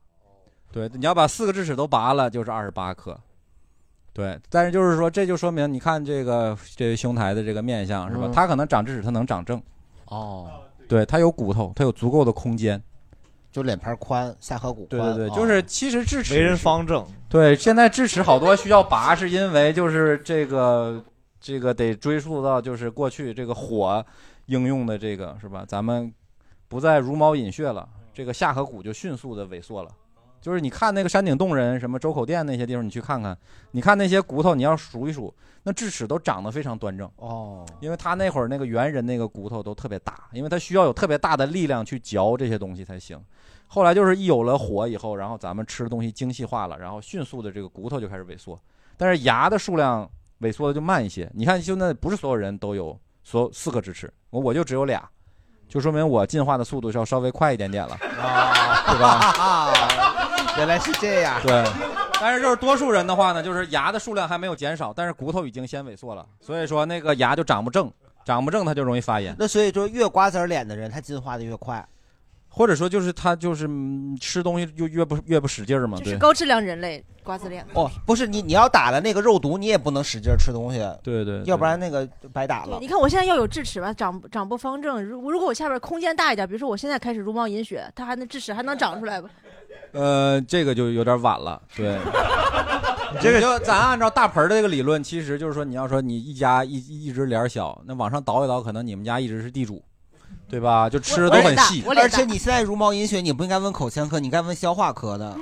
对，你要把四个智齿都拔了，就是二十八颗，对。但是就是说，这就说明你看这个这位兄台的这个面相是吧
嗯？
他可能长智齿，他能长正，
哦，
对，他有骨头，他有足够的空间。
就脸盘宽，下颌骨
对
宽。
对对，
啊
就是其实智齿
为人
方正。
对，现在智齿好多需要拔，是因为就是这个这个得追溯到就是过去这个火应用的这个是吧？咱们不再茹毛饮血了，这个下颌骨就迅速的萎缩了。就是你看那个山顶洞人、什么周口店那些地方，你去看看，你看那些骨头，你要数一数，那智齿都长得非常端正
哦，
因为他那会儿那个猿人那个骨头都特别大，因为他需要有特别大的力量去嚼这些东西才行。后来就是一有了火以后，然后咱们吃的东西精细化了，然后迅速的这个骨头就开始萎缩，但是牙的数量萎缩的就慢一些。你看现在不是所有人都有所有四颗智齿，我我就只有俩，就说明我进化的速度是要稍微快一点点了，对吧？
原来是这样。
啊对。但是就是多数人的话呢，就是牙的数量还没有减少，但是骨头已经先萎缩了，所以说那个牙就长不正，长不正它就容易发炎，
那所以说，越瓜子儿脸的人，他进化的越快。
或者说就是它就是、嗯吃东西就越不越不使劲儿嘛，对。
高质量人类瓜子脸。
哦，不是你，你要打了那个肉毒，你也不能使劲儿吃东西，
对对对
要不然那个就白打
对，
了
你。看我现在要有智齿吧，长不长不方正。如如果我下边空间大一点，比如说我现在开始茹毛饮血，它还能智齿还 能长出来吧？
呃，这个就有点晚了， 对。
这个
你就咱按照大盆儿的这个理论，其实就是说，你要说你一家一一直脸儿小，那往上倒一倒，可能你们家一直是地主，对吧？就吃的都很细，
而且你现在茹毛饮血，你不应该问口腔科，你应该问消化科的。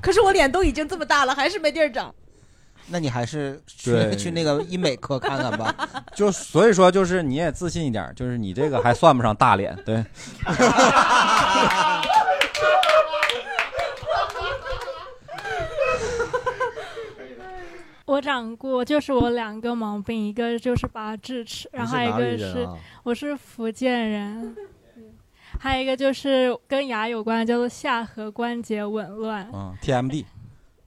可是我脸都已经这么大了，还是没地儿长。
那你还是去
对
去那个医美科看看吧。
就所以说就是你也自信一点儿，就是你这个还算不上大脸，对。
我长过，就是我两个毛病，一个就是拔智齿，然后还有一个
你是哪里
是
人啊
我是福建人，还有一个就是跟牙有关的，叫做下颌关节紊乱，
嗯，TMD，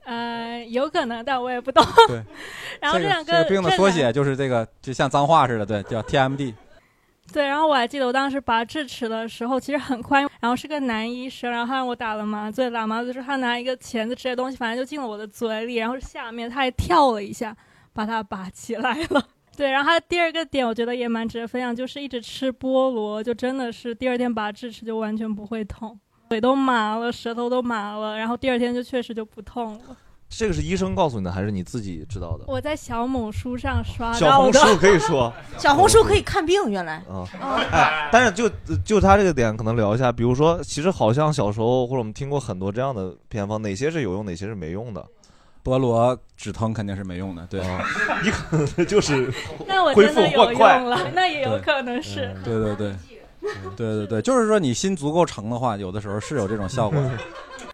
呃，有可能，但我也不懂。
对
然后
这
两
个这个病的
这
缩
两
写就是这个，就像脏话似的，对，叫 TMD。
对，然后我还记得我当时拔智齿的时候，其实很快，然后是个男医生，然后他让我打了麻醉，打麻醉之后他拿一个钳子之类的东西，反正就进了我的嘴里，然后是下面他还跳了一下，把它拔起来了。 对，然后还有第二个点，我觉得也蛮值得分享，就是一直吃菠萝，就真的是第二天拔智齿就完全不会痛，腿都麻了，舌头都麻了，然后第二天就确实就不痛了。
这个是医生告诉你的，还是你自己知道的？
我在小某书上
啊
刷
小
到
红
的，
书可以 说
小红书可以看哦病，原来
啊，哎，但是就就他这个点，可能聊一下，比如说，其实好像小时候或者我们听过很多这样的偏方，哪些是有用，哪些是没用的。啊
菠萝止疼肯定是没用的，对，
你可能 就是
那我
恢
真
复
的有
欢
用
快，
了，那也有可能是。
嗯
嗯对对对，对对对，就是说你心足够诚的话，有的时候是有这种效果 的。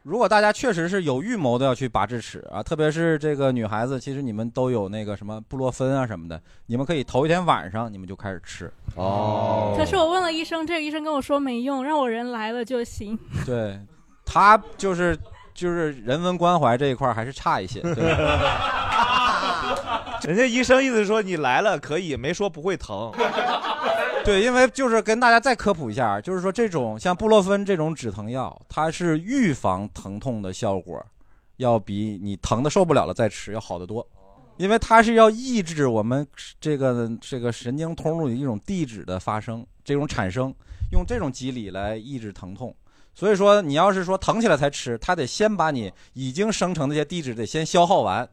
如果大家确实是有预谋的要去拔智齿啊，特别是这个女孩子，其实你们都有那个什么布洛芬啊什么的，你们可以头一天晚上你们就开始吃。
哦
可是我问了医生，这个医生跟我说没用，让我人来了就行。
对，他就是就是人文关怀这一块儿还是差一些。 对
人家医生意思说你来了可以，没说不会 疼。
对，因为就是跟大家再科普一下，就是说这种像布洛芬这种止疼药，它是预防疼痛的效果，要比你疼的受不了了再吃要好得多，因为它是要抑制我们这个这个神经通路里一种地址的发生，这种产生，用这种机理来抑制疼痛。所以说，你要是说疼起来才吃，它得先把你已经生成那些地址得先消耗完，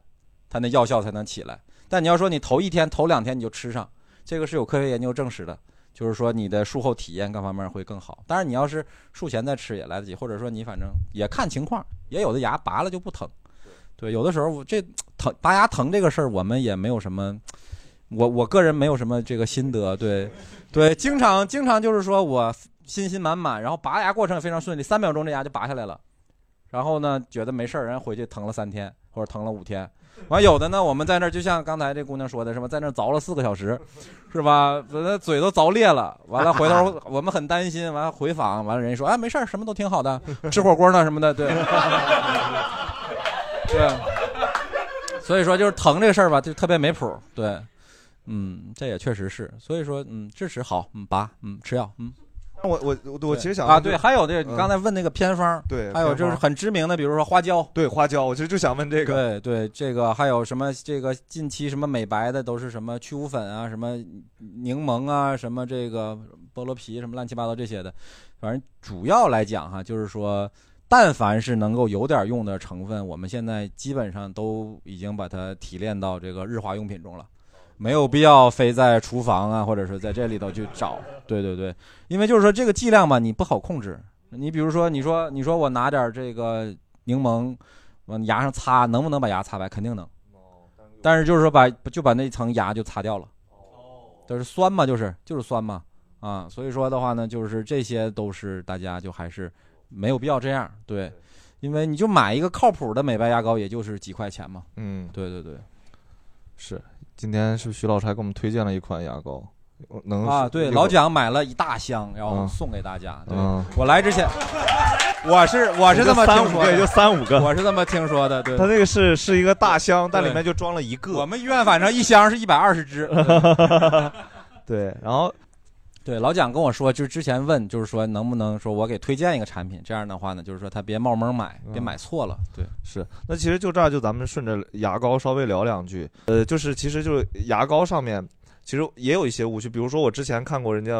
它那药效才能起来。但你要说你头一天、头两天你就吃上，这个是有科学研究证实的，就是说你的术后体验各方面会更好。当然，你要是术前再吃也来得及，或者说你反正也看情况，也有的牙拔了就不疼。对，有的时候我这疼拔牙疼这个事儿，我们也没有什么，我我个人没有什么这个心得。对，对，经常经常就是说我信心满满，然后拔牙过程也非常顺利，三秒钟这牙就拔下来了。然后呢，觉得没事儿，人回去疼了三天或者疼了五天。完有的呢，我们在那儿就像刚才这姑娘说的，是吧？在那儿凿了四个小时，是吧？那嘴都凿裂了。完了，回头我们很担心，完了回访，完了人家说，哎，没事儿，什么都挺好的，吃火锅呢什么的，对， 对。所以说就是疼这个事儿吧，就特别没谱儿，对，嗯，这也确实是。所以说，嗯，智齿好，嗯，拔，嗯，吃药，嗯。
我我我我其实想
啊，
问
对，
就
还有这
嗯
你刚才问那个偏方，
对
还有
偏
就
方
是很知名的，比如说花椒，
对花椒，我其实就想问这
个，对对，这个还有什么这个近期什么美白的都是什么去污粉啊，什么柠檬啊，什么这个菠萝皮，什么乱七八糟这些的，反正主要来讲哈，就是说。但凡是能够有点用的成分，我们现在基本上都已经把它提炼到这个日化用品中了。没有必要非在厨房啊，或者是在这里头去找。对对对，因为就是说这个剂量吧，你不好控制。你比如说，你说你说我拿点这个柠檬往牙上擦，能不能把牙擦白？肯定能。但是就是说把就把那层牙就擦掉了。就是酸嘛，就是就是酸嘛啊，所以说的话呢，就是这些都是大家就还是没有必要这样对，因为你就买一个靠谱的美白牙膏，也就是几块钱嘛。
嗯，
对对对。
是，今天是徐老师还给我们推荐了一款牙膏，我能
啊，对，老蒋买了一大箱，然后
嗯
送给大家。对，
嗯
我来之前，我是我是这么听说的，
就三五个就三五个
我是这么听说的。对，
他那个是是一个大箱，但里面就装
装
了一个。
我们医院反正一箱是一百二 十支。
对，然后
对老蒋跟我说，就是之前问，就是说能不能说我给推荐一个产品，这样的话呢，就是说他别冒蒙买，别
嗯
买错了。对，
是，那其实就这儿，就咱们顺着牙膏稍微聊两句。呃，就是其实就是牙膏上面，其实也有一些误区，比如说我之前看过人家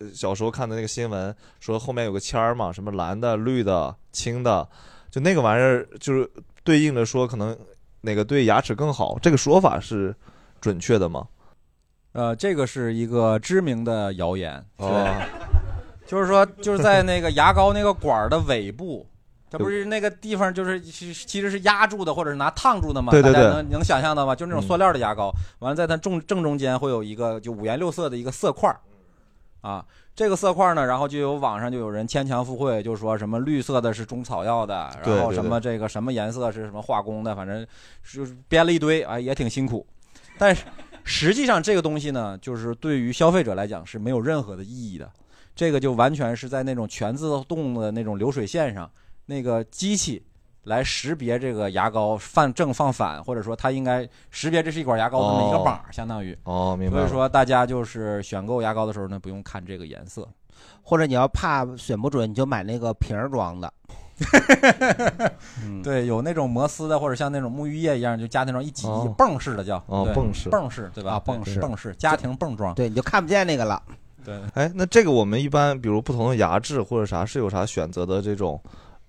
呃小时候看的那个新闻，说后面有个签儿嘛，什么蓝的、绿的、青的，就那个玩意儿就是对应着说可能哪个对牙齿更好，这个说法是准确的吗？
呃，这个是一个知名的谣言，对，
哦
就是说就是在那个牙膏那个管儿的尾部，它不是那个地方就是其实其实是压住的，或者是拿烫住的嘛，
对对
大家
对嗯
能能想象到吗？就那种塑料的牙膏，完了在它正正中间会有一个就五颜六色的一个色块儿，啊，这个色块儿呢，然后就有网上就有人牵强附会，就说什么绿色的是中草药的，
对
然后
对
什
对
么这个什么颜色是什么化工的，反正就是编了一堆，哎，也挺辛苦。但是 实际上这个东西呢，就是对于消费者来讲是没有任何的意义的，这个就完全是在那种全自动的那种流水线上，那个机器来识别这个牙膏放正放反，或者说它应该识别这是一管牙膏这么一个
哦
板儿，相当于。
哦，明白
所
了。
以说大家就是选购牙膏的时候呢，不用看这个颜色。
或者你要怕选不准，你就买那个瓶儿装 的。
嗯
对，有那种摩丝的，或者像那种沐浴液一样，就家那种一挤一
哦啊
泵式的叫
哦
对
泵式
泵式对吧？泵式泵式家庭泵装，
对，你就看不见那个了。
对，
哎，那这个我们一般，比如不同的牙质或者啥，是有啥选择的这种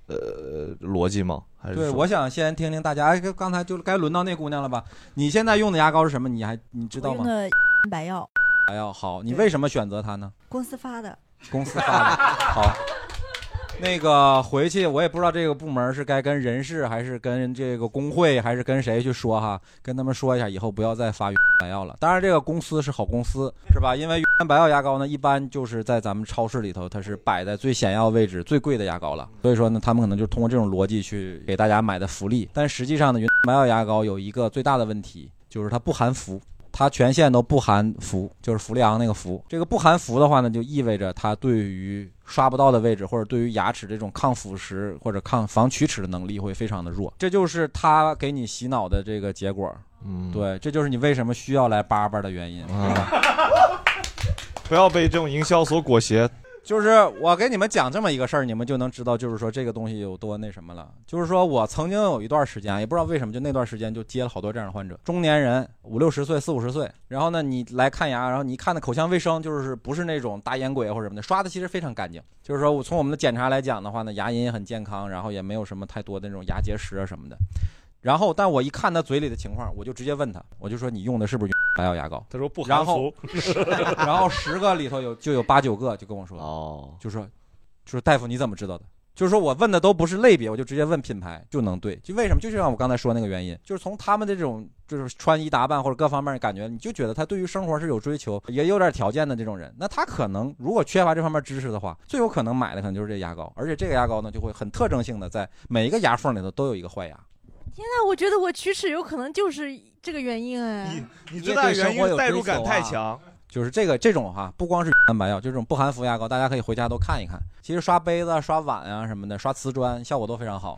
呃逻辑吗？还是
对，
说
我想先听听大家，哎刚才就该轮到那姑娘了吧？你现在用的牙膏是什么？你还你知道
用
吗？
的白药，
哎呀，好，你为什么选择它呢？
公司发 的，
公司发的， 好。那个回去我也不知道这个部门是该跟人事还是跟这个工会还是跟谁去说哈，跟他们说一下，以后不要再发原白药了。当然，这个公司是好公司，是吧？因为原白药牙膏呢，一般就是在咱们超市里头，它是摆在最显要位置、最贵的牙膏了。所以说呢，他们可能就通过这种逻辑去给大家买的福利。但实际上呢，云南白药牙膏有一个最大的问题，就是它不含氟。它全线都不含氟，就是氟利昂那个氟。这个不含氟的话呢，就意味着它对于刷不到的位置，或者对于牙齿这种抗腐蚀或者抗防龋齿的能力会非常的弱。这就是它给你洗脑的这个结果。
嗯，
对，这就是你为什么需要来叭叭的原因。
不要被这种营销所裹挟。
就是我给你们讲这么一个事儿，你们就能知道，就是说这个东西有多那什么了。就是说我曾经有一段时间啊，也不知道为什么，就那段时间就接了好多这样的患者，中年人五六十岁、四五十岁，然后呢你来看牙，然后你一看的口腔卫生就是不是那种大烟鬼或者什么的，刷的其实非常干净。就是说我从我们的检查来讲的话呢，牙龈也很健康，然后也没有什么太多的那种牙结石啊什么的。然后，但我一看他嘴里的情况，我就直接问他，我就说你用的是不是白药牙膏？
他说不
然
含
后
氟，
然后十个里头有就有八九个就跟我说，哦，就说，就说大夫你怎么知道的？就是说我问的都不是类别，我就直接问品牌就能对，就为什么？就像我刚才说那个原因，就是从他们的这种就是穿衣打扮或者各方面感觉，你就觉得他对于生活是有追求，也有点条件的这种人，那他可能如果缺乏这方面知识的话，最有可能买的可能就是这牙膏，而且这个牙膏呢就会很特征性的在每一个牙缝里头都有一个坏牙。
天呐，我觉得我龋齿有可能就是这个原因哎。
你
对生活有追求啊。就是这个这种哈，不光是蛋白药，就这种不含氟牙膏，大家可以回家都看一看。其实刷杯子啊、刷碗啊什么的，刷瓷砖效果都非 常好。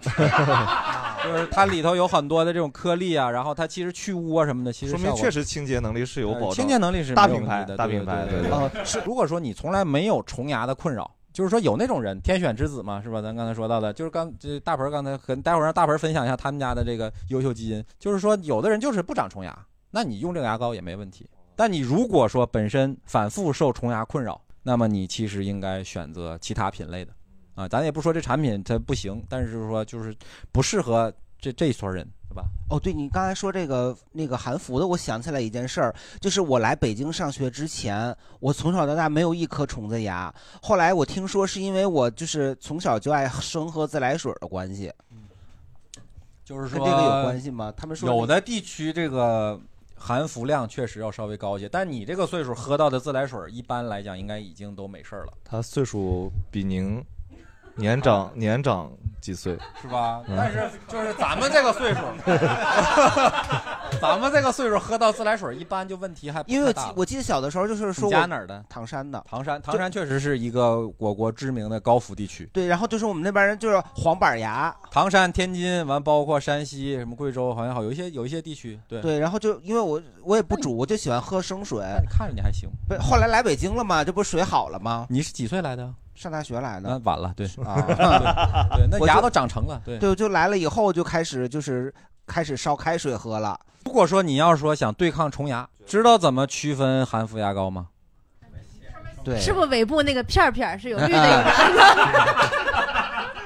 就是它里头有很多的这种颗粒啊，然后它其实去污啊什么的，其实
说
效
明
果
确实清洁 能力是有
呃
保障。
清洁能力是
大
没有
品
问
牌
题，的
大
对
品牌，
对
对
对。哦是 如果说你从来没有虫牙的困扰，就是说有那种人天选之子嘛，是吧？咱刚才说到的，就是刚这大盆儿刚才和待会儿让大盆儿分享一下他们家的这个优秀基因，就是说有的人就是不长虫牙，那你用这个牙膏也没问题。但你如果说本身反复受虫牙困扰，那么你其实应该选择其他品类的啊。咱也不说这产品它不行，但是就是说就是不适合这这一撮人，对吧？
哦，对你刚才说这个那个含氟的，我想起来一件事儿，就是我来北京上学之前，我从小到大没有一颗虫子牙。后来我听说是因为我就是从小就爱生喝自来水的关系，
就是
跟
说
这个有关系吗他们说
有的地区这个含氟量确实要稍微高一些，但你这个岁数喝到的自来水，一般来讲应该已经都没事儿了，
他岁数比您年长年长几岁？
啊是吧？
嗯
但是就是咱们这个岁数， 咱们这个岁数喝到自来水，一般就问题还不
因为我
太
记
大了
我记得小的时候就是说
你家
我
哪儿的？
唐山的，
唐山，唐山确实是一个我国知名的高氟地区。
对，然后就是我们那边人就是黄板牙，
唐山、天津，完包括山西、什么贵州，好像好有一些有一些地区，对
对，然后就因为我我也不煮，我就喜欢喝生水。
看着你还行，
不是后来来北京了嘛，这不是水好了吗？
你是几岁来的？
啊上大学来的。
那嗯晚了，对
啊
对，那
我
牙
就
都长成了，对
对，我就来了以后就开始就是开始烧开水喝了。
如果说你要说想对抗虫牙，知道怎么区分含氟牙膏吗？哎
对
是不是尾部那个片儿片儿是有绿的有蓝的？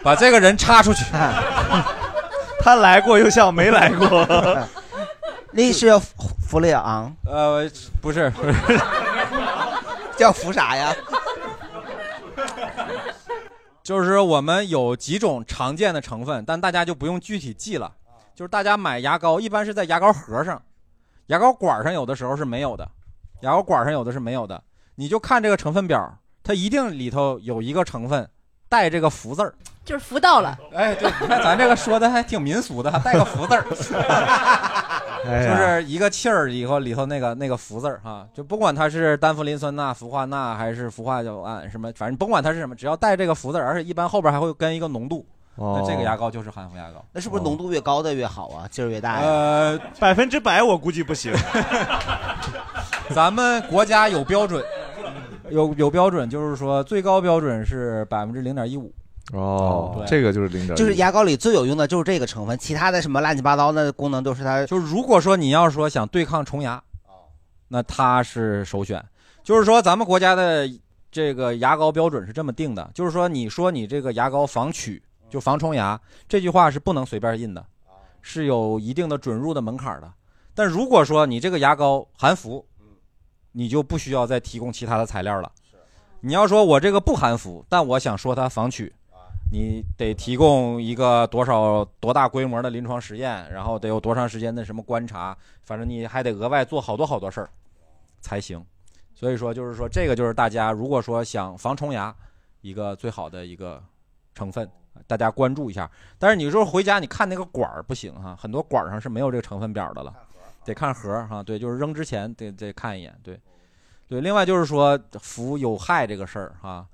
把这个人插出去。
哎
他来过又像没来过。
那是氟利昂，
呃，不是，不是，
叫氟啥呀？
就是我们有几种常见的成分，但大家就不用具体记了。就是大家买牙膏，一般是在牙膏盒上，牙膏管上有的时候是没有的，牙膏管上有的是没有的。你就看这个成分表，它一定里头有一个成分带这个氟字儿。
就是福到了。
哎，对， 你看咱这个说的还挺民俗的，还带个 福字儿，
哎
就是一个气儿以后里头那个那个福字儿哈，就不管它是单氟磷酸钠、氟化钠还是氟化角胺什么，反正甭管它是什么，只要带这个福字儿，而且一般后边还会跟一个浓度，
哦
那这个牙膏就是含氟牙膏。
那是不是浓度越高的越好啊？劲儿越大呀？
呃，
百分之百我估计不行。
咱们国家有标准，有有标准，就是说最高标准是百分之零点一五。
哦
对
这个就是零点，
就是牙膏里最有用的就是这个成分，其他的什么乱七八糟的功能都是它。
就是如果说你要说想对抗虫 牙，那它是首选。就是说咱们国家的这个牙膏标准是这么定的，就是说你说你这个牙膏防龋就防虫牙这句话是不能随便印的，是有一定的准入的门槛的。但如果说你这个牙膏含氟，你就不需要再提供其他的材料了。你要说我这个不含氟，但我想说它防龋，你得提供一个多少多大规模的临床实验，然后得有多长时间的什么观察，反正你还得额外做好多好多事儿才行。所以说，就是说这个就是大家如果说想防虫牙，一个最好的一个成分，大家关注一下。但是你说回家你看那个管儿不行哈、很多管儿上是没有这个成分表的了，得看盒儿啊哈、对，就是扔之前得得看一眼，对。对，另外就是说氟有害这个事儿啊，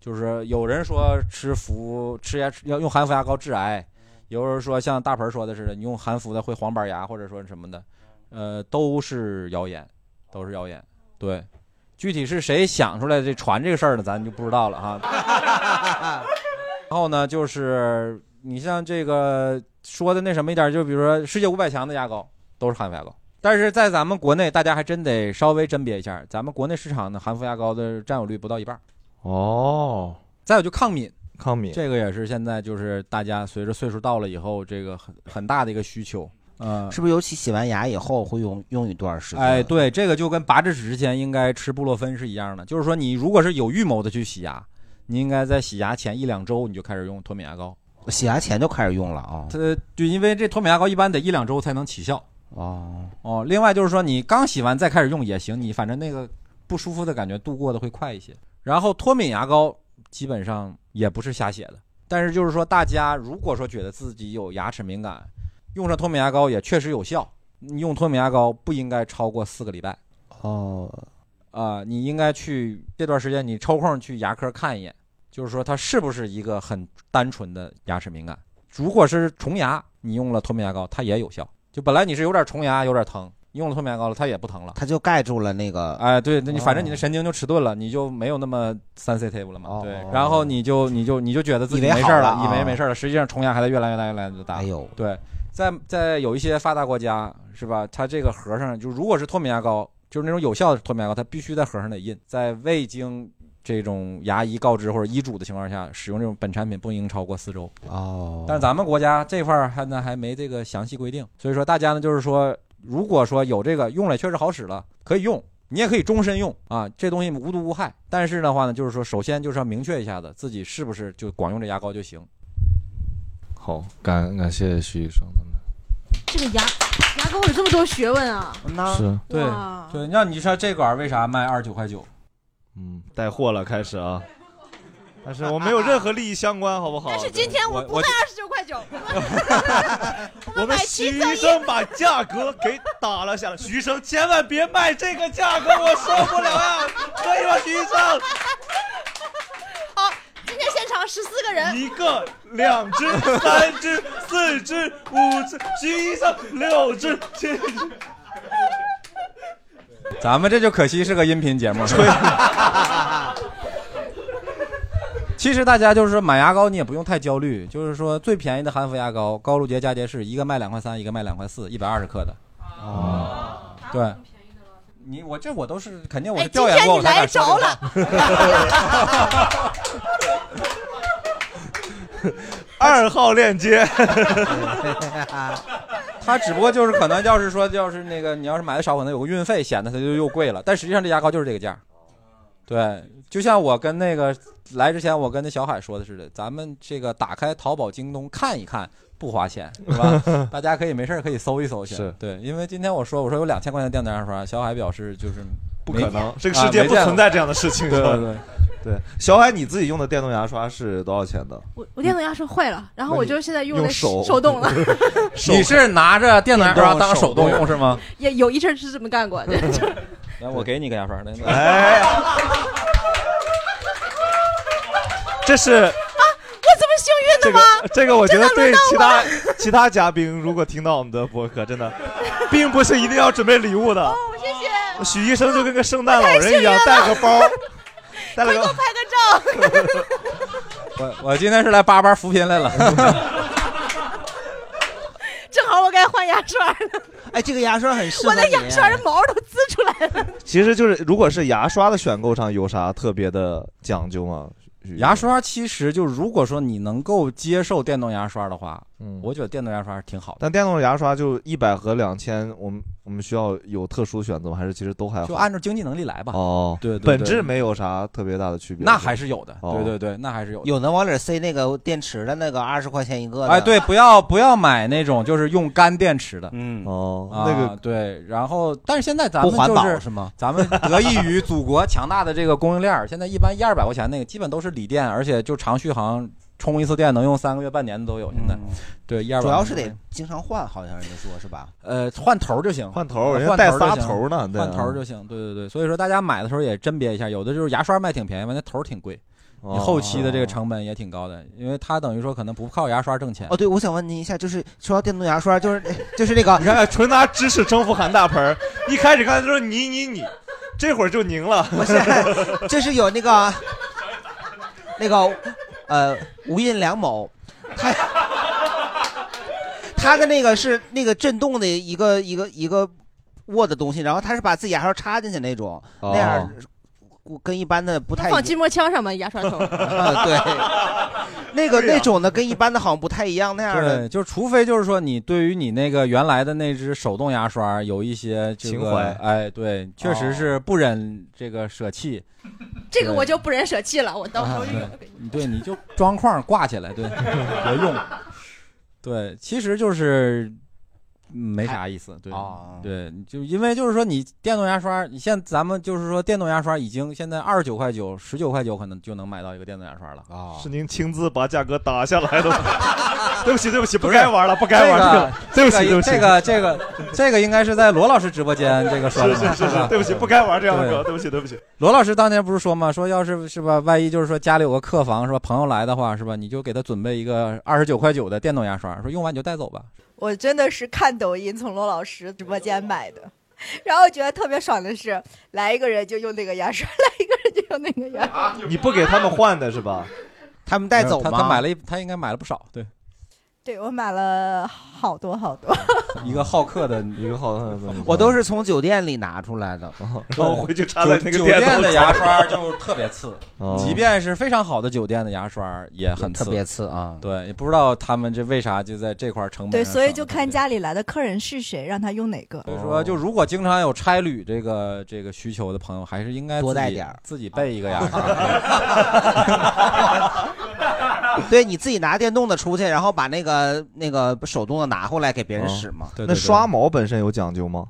就是有人说吃氟吃牙要用含氟牙膏致癌，有人说像大盆说的似的，你用含氟的会黄板牙或者说什么的，呃，都是谣言，都是谣言。对，具体是谁想出来这传这个事儿的，咱就不知道了哈。然后呢，就是你像这个说的那什么一点儿，就比如说世界五百强的牙膏都是含氟牙膏，但是在咱们国内，大家还真得稍微甄别一下，咱们国内市场的含氟牙膏的占有率不到一半儿。
哦，
再有就抗敏，
抗敏
这个也是现在就是大家随着岁数到了以后，这个很很大的一个需求。呃，
是不是尤其洗完牙以后会用用一段时间？
哎，对，这个就跟拔智齿之前应该吃布洛芬是一样的，就是说你如果是有预谋的去洗牙，你应该在洗牙前一两周你就开始用脱敏牙膏。
洗牙前就开始用了啊。
它就因为这脱敏牙膏一般得一两周才能起效。
哦
哦，另外就是说你刚洗完再开始用也行，你反正那个不舒服的感觉度过的会快一些。然后脱敏牙膏基本上也不是瞎写的，但是就是说大家如果说觉得自己有牙齿敏感，用上脱敏牙膏也确实有效。你用脱敏牙膏不应该超过四个礼拜。
哦，
啊、你应该去这段时间你抽空去牙科看一眼，就是说它是不是一个很单纯的牙齿敏感。如果是虫牙，你用了脱敏牙膏，它也有效。就本来你是有点虫牙，有点疼，你用了脱敏牙膏了，它也不疼了。
它就盖住了那个。
哎，对，那你反正
哦
你的神经就迟钝了，你就没有那么 sensitive 了嘛。对
哦，
然后你就你就你就觉得自己
以为
没事儿
好了
了，
啊
以为没事儿了，实际上虫牙还在越来越大越来越大。哎
呦，
对，在在有一些发达国家是吧？它这个盒上就如果是脱敏牙膏，就是那种有效的脱敏牙膏，它必须在盒上得印，在未经这种牙医告知或者医嘱的情况下，使用这种本产品不应超过四周。
哦
但是咱们国家这块儿现在还没这个详细规定，所以说大家呢就是说，如果说有这个用了确实好使了，可以用，你也可以终身用啊，这东西无毒无害。但是的话呢，就是说首先就是要明确一下子自己是不是就光用这牙膏就行。
好，感感谢徐医生。
这个牙牙膏有这么多学问啊！
是
对
哇
对，那你说这管儿为啥卖二十九块九？
嗯，带货了，开始啊。但是我没有任何利益相关，好不好？
但是今天我不卖二十九块九，
我们徐医生把价格给打了下来，徐医生千万别卖这个价格，我受不了啊！可以吗，徐医生？
好，今天现场十四个人，
一个、两只、三只、四只、五只，徐医生六只，七只。
咱们这就可惜是个音频节目。 其实大家就是说买牙膏，你也不用太焦虑，就是说最便宜的含氟牙膏，高露洁、佳洁士，一个卖两块三，一个卖两块四，一百二十克的。哦，对，你我这我都是肯
哎
定我
哎
是调研过，我才敢说这话。
二号链接。
它只不过就是可能要是说要是那个你要是买的少，可能有个运费，显得它就又贵了。但实际上这牙膏就是这个价。
哦
对，就像我跟那个来之前我跟那小海说的似的，咱们这个打开淘宝、京东看一看，不花钱，是吧？ 大家可以没事儿可以搜一搜去。
是
对，因为今天我说我说有两千块钱的订单刷，小海表示就是
不
没
可能
啊，
这个世界
没
不
见过
存在这样的事情。
对对对。
对，小海，你自己用的电动牙刷是多少钱的？
我我电动牙刷坏了，然后我就现在用
用
那
手
手动了，
你是拿着电动牙刷当手动用是 吗？
也有一阵儿是啊这么干过的。就
来，我给你个牙刷。来
哎，这是
我这么幸运，
这个这个我觉得对其他其他嘉宾，如果听到我们的播客，真 的，并不是一定要准备礼物的。
谢谢，
许医生就跟个圣诞老人一样，带个 包，带了
快给我
个
拍个 照。
我我今天是来叭叭扶贫来了。
正好我该换牙刷了。
哎，这个牙刷很
我的牙刷的毛都滋出来了。
其实就是，如果是牙刷的选购上有啥特别的讲究吗？
牙刷其实就如果说你能够接受电动牙刷的话，
嗯，
我觉得电动牙刷是挺好的。
但电动牙刷就一百和两千，我们我们需要有特殊选择吗？还是其实都还好？
就按照经济能力来吧。
哦，
对对对
本质没有啥特别大的区别。
那还是有的，
哦
对对对，那还是有的。
有能往里儿塞那个电池的那个二十块钱一个的，
哎，对，不要不要买那种就是用干电池的，
嗯
哦
啊、
那个
对，然后但是现在咱们
不环
就
保
是
是吗
咱们得益于祖国强大的这个供应链儿，现在一般一二百块钱那个基本都是锂电，而且就长续航，充一次电能用三个月半年的都有。现
嗯
在、对一二百
主要是得经常换，好像人家说是吧？
呃，换头儿就行，换
头儿人家
换
带
头儿就
仨
行
头儿呢对啊
换头儿就行。对对对，所以说大家买的时候也甄别一下，有的就是牙刷卖挺便宜嘛，那头儿挺贵，你
哦
后期的这个成本也挺高的，因为它等于说可能不靠牙刷挣钱。
哦，对，我想问您一下，就是说到电动牙刷，就是就是那个，
你看，哎纯拿知识征服韩大盆儿。一开始刚才说哎你你你，这会儿就拧了。
不是， 就是有那个那个呃无印良某，他他的那个是那个震动的一个一个一个握的东西，然后他是把自己牙刷插进去那种，
哦
那样我跟一般的不太一
放筋膜枪上吧，牙刷头。
啊 对，那个那种的跟一般的好像不太一样，那样的
对，就是除非就是说你对于你那个原来的那只手动牙刷有一些这个
情怀
哎，对，确实是不忍这个舍弃。
这个
对
我就不忍舍弃了，我到时
啊
候就用。
对你对你就装框挂起来，对，别用。对，其实就是嗯没啥意思，对、对，就因为就是说你电动牙刷，你现在咱们就是说电动牙刷已经现在二十九块九、十九块九可能就能买到一个电动牙刷了啊
是您亲自把价格打下来的。 对不起，对不起，不该玩了，不该玩了。对
这个
不起，对不起，
这个这个这个应该是在罗老师直播间这个说的
是
吧，
是是是，
吧
对不起，不该玩这样的
对
梗，对不起，对不起。
罗老师当年不是说嘛，说要是是吧，万一就是说家里有个客房是吧，朋友来的话是吧，你就给他准备一个二十九块九的电动牙刷，说用完你就带走吧。
我真的是看抖音从罗老师直播间买的， 然后觉得特别爽的是，来一个人就用那个牙刷，来一个人就用那个 牙刷。
你不给他们换的是吧？
他们带走
他
吗
他买了一，他应该买了不少，对，
对我买了好多好多，
一个好客的，一
个好客的，哦
我都是从酒店里拿出来的，
然后回去插在
酒
那个
酒
电
店
动
的
里
牙刷就特别次
哦，
即便是非常好的酒店的牙刷也很
特别次啊。
对，也不知道他们这为啥就在这块儿成本
对，
啊上
所以就看家里来的客人是谁，让他用哪个。
所以
哦
说，就如果经常有差旅这个这个需求的朋友，还是应该
多
自己
带点儿
自己备一 个牙刷。
对，你自己拿电动的出去，然后把那个那个手动的拿回来给别
哦
人使嘛。
那刷毛本身有讲究吗？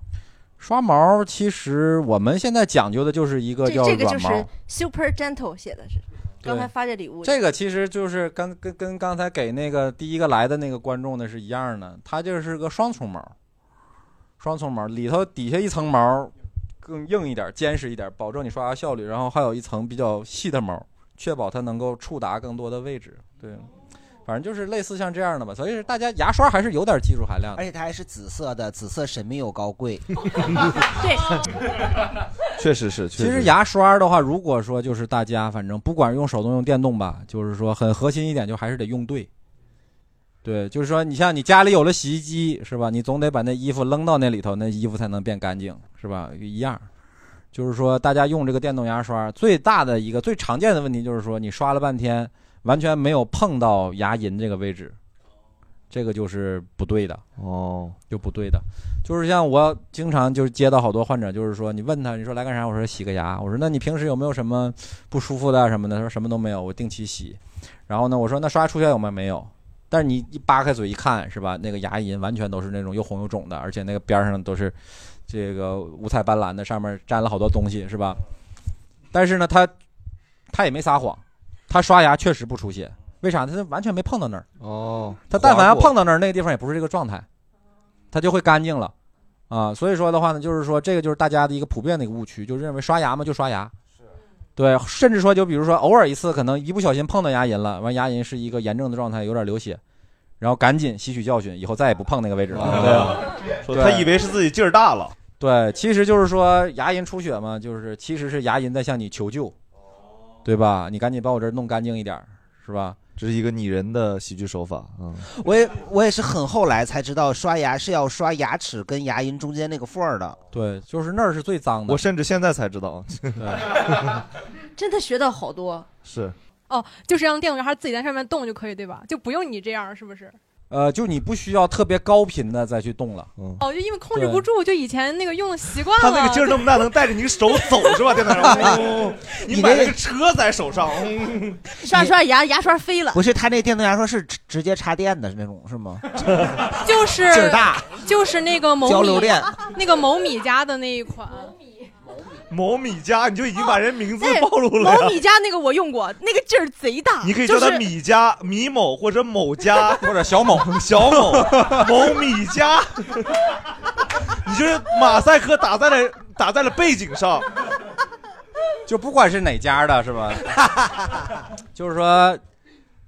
刷毛其实我们现在讲究的就是一个
这
叫
这个就
软毛。
是 super gentle 写的是，
对
刚才发这礼物。
这个其实就是刚跟跟刚才给那个第一个来的那个观众的是一样的，它就是个双重毛，双重毛里头底下一层毛更硬一点、坚实一点，保证你刷牙效率，然后还有一层比较细的毛，确保它能够触达更多的位置。对，反正就是类似像这样的吧。所以是大家牙刷还是有点技术含量
而
的。
且它还是紫色的，紫色神秘又高 贵。
对，
确实是，确
其实
是
牙刷的话，如果说就是大家反正不管用手动用电动吧，就是说很核心一点，就还是得用对。对，就是说你像你家里有了洗衣机是吧？你总得把那衣服扔到那里头，那衣服才能变干净是吧？一样。就是说大家用这个电动牙刷最大的一个最常见的问题就是说你刷了半天完全没有碰到牙龈这个位置，这个就是不对的
哦，
就不对的。就是像我经常就是接到好多患者，就是说你问他你说来干啥？我说洗个牙。我说那你平时有没有什么不舒服的啊什么的？他说什么都没有，我定期洗。然后呢，我说那刷牙出血有吗？没有。但是你一扒开嘴一看，是吧？那个牙龈完全都是那种又红又肿的，而且那个边儿上都是这个五彩斑斓的，上面沾了好多东西，是吧？但是呢，他他也没撒谎，他刷牙确实不出血，为啥呢？他完全没碰到那儿。
哦，
他但凡要
划过
碰到那儿，那个地方也不是这个状态，它就会干净了啊。所以说的话呢，就是说这个就是大家的一个普遍的一个误区，就认为刷牙嘛就刷牙，对，甚至说就比如说偶尔一次，可能一不小心碰到牙龈了，完牙龈是一个炎症的状态，有点流血，然后赶紧吸取教训，以后再也不碰那个位置了。
啊说
对，啊
他以为是自己劲儿大了，
对，其实就是说牙龈出血嘛，就是其实是牙龈在向你求救，对吧？你赶紧把我这儿弄干净一点儿，是吧？
这是一个拟人的喜剧手法啊。嗯
我也我也是很后来才知道，刷牙是要刷牙齿跟牙龈中间那个缝儿的。
对，就是那儿是最脏
的。
我甚至现在才知道，
真的学到好多
是
哦，就是让电动牙刷自己在上面动就可以，对吧？就不用你这样，是不是？
呃，就你不需要特别高频的再去动了。嗯，
哦，就因为控制不住，就以前那个用的习 惯
他
了。
那个劲儿那么大，能带着 你手走是吧？电脑上， 哦你买
你那
了个车在手上，嗯
刷刷牙，牙刷飞了。
不是，他那电动牙刷是直直接插电的那种，是吗？
就是
劲儿大，
就是那个某
交
米
流 电
那个某米家的那一款，
某米家，你就已经把人名字
那
暴露了呀。
某米家那个我用过，那个劲儿贼大。
你可以
就
叫他
是
米家、米某或者某家
或者小某、
小某、某米家。你就是马赛克打在了打在了背景上，
就不管是哪家的，是吧？就是说，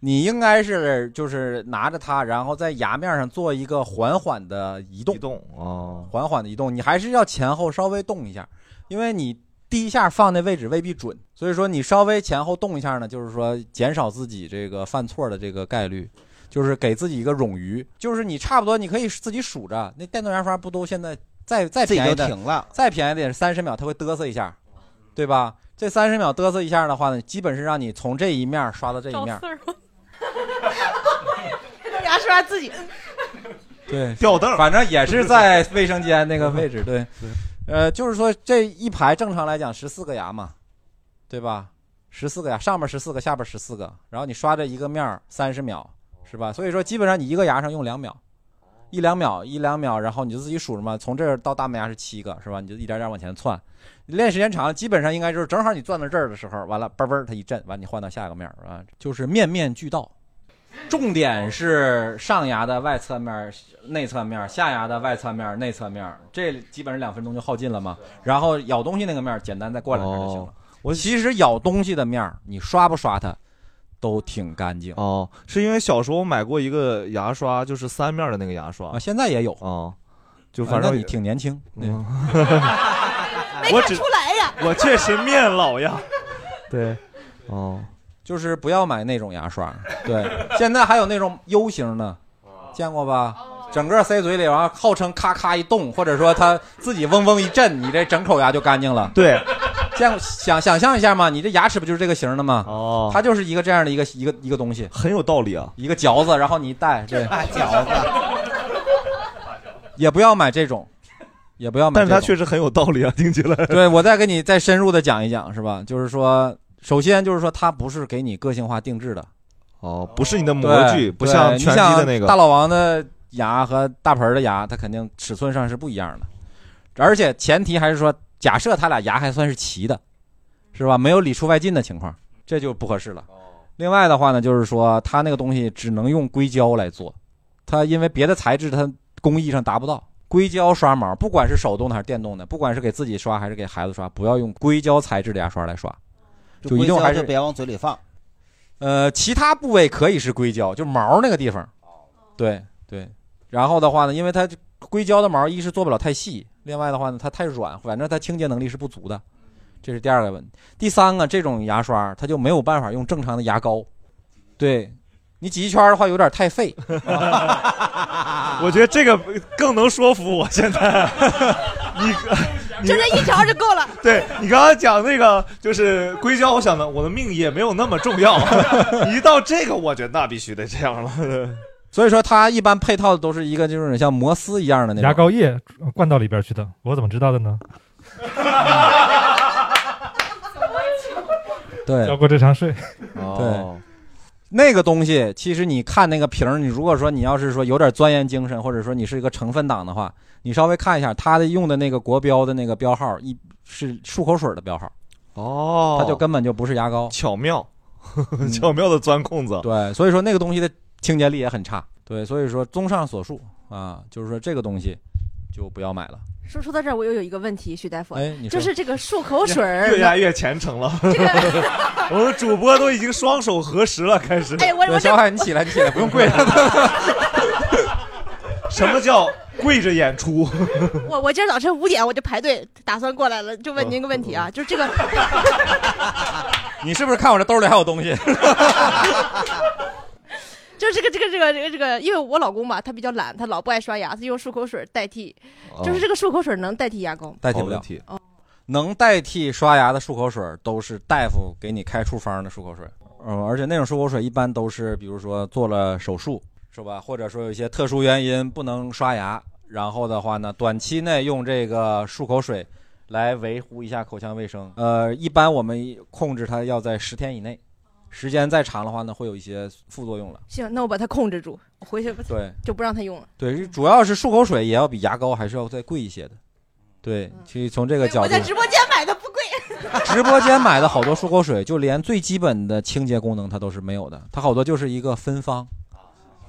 你应该是就是拿着它，然后在牙面上做一个缓缓的移动，移
动哦，
缓缓的移动，你还是要前后稍微动一下，因为你第一下放的位置未必准，所以说你稍微前后动一下呢，就是说减少自己这个犯错的这个概率。就是给自己一个冗余，就是你差不多你可以自己数着， 那电动牙刷不都现在再再
自己
便
就
宜的
停了，
再便宜点三十秒它会嘚瑟一下，对吧？这三十秒嘚瑟一下的话呢，基本是让你从这一面刷到这一面，
儿
牙刷自己
对，
吊凳，
反正也是在卫生间那个位置，对，呃，就是说这一排正常来讲十四个牙嘛，对吧？十四个牙，上面十四个，下边十四个，然后你刷这一个面三十秒，是吧？所以说基本上你一个牙上用两秒，一两秒，一两秒，然后你就自己数着嘛，从这儿到大门牙是七个，是吧？你就一点点往前窜，你练时间长，基本上应该就是正好你转到这儿的时候，完了嘣嘣儿它一震，完你换到下一个面儿啊，就是面面俱到。重点是上牙的外侧面、内侧面，下牙的外侧面、内侧面，这基本上两分钟就耗尽了嘛。然后咬东西那个面儿，简单再过两下就行了。
哦我
其实咬东西的面儿，你刷不刷它，都挺干净。
哦，是因为小时候买过一个牙刷，就是三面的那个牙刷
啊现在也有
啊，就
啊
反正
那你挺年轻，
嗯
没
我
看
只
出来呀。
我确实面老呀，对，哦，
就是不要买那种牙刷。对，现在还有那种 U 型的，
啊
见过吧？整个塞嘴里，然后号称咔咔一动，或者说它自己嗡嗡一震，你这整口牙就干净了。
对，
见过想想象一下嘛，你这牙齿不就是这个型的吗？
哦，
它就是一个这样的一个一个一个东西，
很有道理啊。
一个嚼子，然后你一戴，对，
饺子。
也不要买这种，也不要买
但
这
是
种。
它确实很有道理啊，听起来。
对，我再给你再深入的讲一讲，是吧？就是说，首先就是说，它不是给你个性化定制的，
哦，不是你的模具，
对
不像
对
拳击的
你像
那个
大老王的牙和大盆儿的牙，它肯定尺寸上是不一样的，而且前提还是说，假设他俩牙还算是齐的，是吧？没有里出外进的情况，这就不合适了。
哦
另外的话呢，就是说它那个东西只能用硅胶来做，它因为别的材质它工艺上达不到。硅胶刷毛，不管是手动的还是电动的，不管是给自己刷还是给孩子刷，不要用硅胶材质的牙刷来刷，就一定还是
就别往嘴里放。
呃，其他部位可以是硅胶，就毛那个地方。对对，然后的话呢，因为它硅胶的毛一是做不了太细，另外的话呢，它太软，反正它清洁能力是不足的，这是第二个问题。第三个，这种牙刷它就没有办法用正常的牙膏，对你挤一圈儿的话有点太费。
我觉得这个更能说服我现 在。你
就这一条就够了。
对你刚刚讲那个就是硅胶，我想的我的命也没有那么重要。 一到这个，我觉得那必须得这样了。
所以说，它一般配套的都是一个就是像摩丝一样的那种
牙膏液灌到里边去的，我怎么知道的呢？
对，
交过这场税。
对，那个东西，其实你看那个瓶儿，你如果说你要是说有点钻研精神，或者说你是一个成分党的话，你稍微看一下它的用的那个国标的那个标号，一是漱口水的标号，
哦
它就根本就不是牙膏，嗯
巧妙，巧妙的钻空子。
对，所以说那个东西的清洁力也很差。对，所以说综上所述啊，就是说这个东西就不要买了。
说说到这儿，我又有一个问题，徐大夫，
哎你说
就是这个漱口水儿，
越压越虔诚了。 我们主播都已经双手合十了，开始。
哎我我这
小海，你起来，你起来，不用跪
什么叫跪着演 出？
我我今儿早晨五点我就排队打算过来了，就问您个问题
哦
啊，就是这个
你是不是看我这兜里还有东西？
就是这个这个这个这个这个，因为我老公吧，他比较懒，他老不爱刷牙，他用漱口水代替，
哦
就是这个漱口水能代替牙膏，
代替不了。
哦，
能代替刷牙的漱口水儿都是大夫给你开处方的漱口水儿，嗯，而且那种漱口水一般都是，比如说做了手术是吧，或者说有一些特殊原因不能刷牙，然后的话呢，短期内用这个漱口水来维护一下口腔卫生。呃，一般我们控制它要在十天以内，时间再长的话呢，会有一些副作用了。
行，那我把它控制住，我回去不
对
就不让他用了。
对，主要是漱口水也要比牙膏还是要再贵一些的。对，其实从这个角度，
我在直播间买的哎不贵，
直播间买的好多漱口水，就连最基本的清洁功能它都是没有的，它好多就是一个芬芳，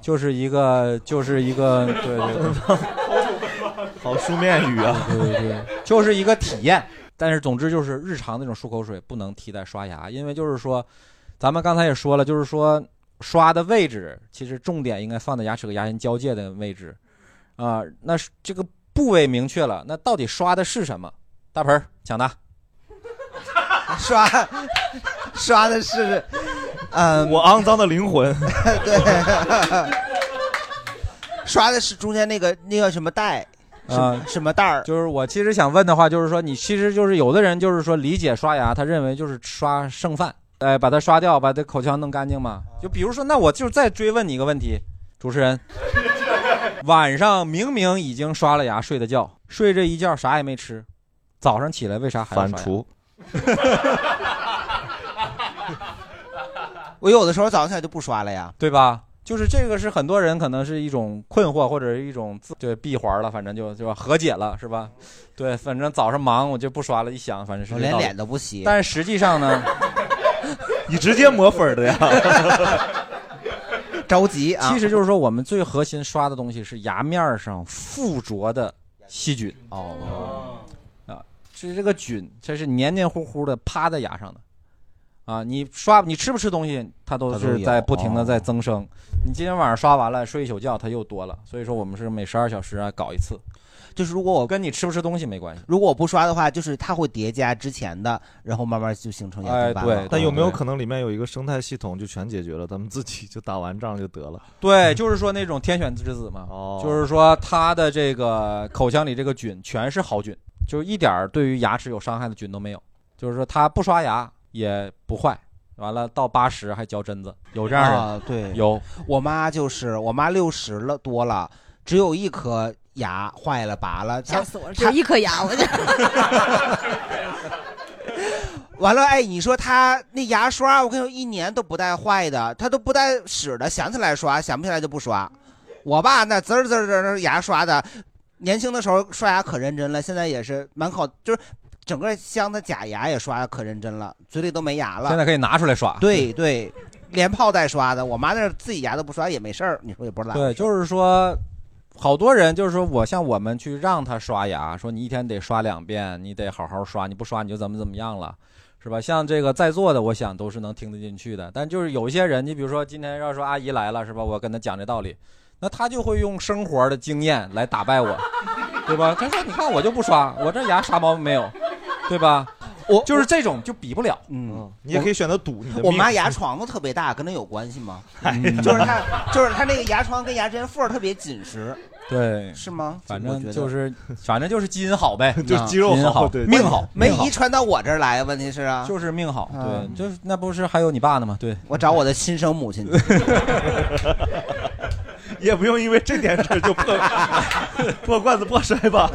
就是一个就是一个对对，
好书面语啊，
对对对，就是一个体验。但是总之就是日常那种漱口水不能替代刷牙，因为就是说，咱们刚才也说了，就是说刷的位置其实重点应该放在牙齿和牙龈交界的位置，啊、那是这个部位明确了，那到底刷的是什么？大盆儿抢答。
刷刷的是，嗯，
我肮脏的 灵魂，
对， 刷的是中间那个那个什么带，什么
啊，
什么袋儿？
就是我其实想问的话，就是说你其实就是有的人就是说理解刷牙，他认为就是刷剩饭，哎，把它刷掉，把这口腔弄干净
啊
嘛。就比如说，那我就是再追问你一个问题，主持人， 晚上明明已经刷了牙睡的觉，睡这一觉啥也没吃，早上起来为啥还要刷
反
牙
刍？
我有的时候早上起来就不刷了呀，对吧？就是这个是很多人可能是一种困惑或者是一种自对闭环了，反正就就吧和解了是吧？对，反正早上忙我就不刷了，一想反正是
我
这
连
道理
脸都不洗
但是实际上呢，
你直接抹粉的呀，
着急啊！其实就是说我们最核心刷的东西是牙面上附着的细菌哦啊，是这个菌，这是黏黏糊糊的趴在牙上的。啊，你刷你吃不吃东西，它都
它都
是
有
在不停的在增生。你今天晚上刷完了，睡一宿觉，它又多了。所以说，我们是每十二小时啊搞一次。
就是如果我
跟你吃不吃东西没关系，
如果我不刷的话，就是它会叠加之前的，然后慢慢就形成牙
哎
菌斑了
对
但有没有可能里面有一个生态系统就全解决了，咱们自己就打完仗就得了？
对，就是说那种天选之子嘛，就是说它的这个口腔里这个菌全是好菌，就是一点儿对于牙齿有伤害的菌都没有。就是说它不刷牙也不坏，完了到八十还嚼针子，有这样的、
啊，对，
有。
我妈就是，我妈六十了多了，只有一颗牙坏了拔了，她
吓死我了，只有一颗牙， 我就
完了，哎，你说她那牙刷，我跟你说，一年都不带坏的，她都不带使的，想起来刷，想不起来就不刷。我爸那滋儿滋儿滋儿滋儿牙刷的，年轻的时候刷牙可认真了，现在也是满口就是整个镶的假牙也刷可认真了，嘴里都没牙了。
现在可以拿出来刷。
对对，连泡带刷的，我妈那儿自己牙都不刷也没事儿，你说也不是懒。
对，就是说，好多人就是说我像我们去让他刷牙，说你一天得刷两遍，你得好好刷，你不刷你就怎么怎么样了，是吧？像这个在座的，我想都是能听得进去的。但就是有一些人，你比如说今天要说阿姨来了，是吧？我跟她讲这道理，那她就会用生活的经验来打败我， 对吧？她说你看我就不刷，我这牙啥毛病没有，对吧？我就是这种就比不了，
嗯，
你也可以选择赌你的
我
命。
妈 牙床子特别大，跟那有关系 吗？就是她，就是她那个牙床跟牙针缝儿特别紧实，
对，
是吗？
反
我觉
正
得，
就是，反正就是基因 好呗啊
就是肌肉
基因
好
好，
对
命好，
没
命好
遗传到我这儿来，问题是啊，
就是命好，对
嗯，
就是那不是还有你爸呢吗？对，
我找我的亲生母亲，
也不用因为这点事儿就破 破罐子破摔吧。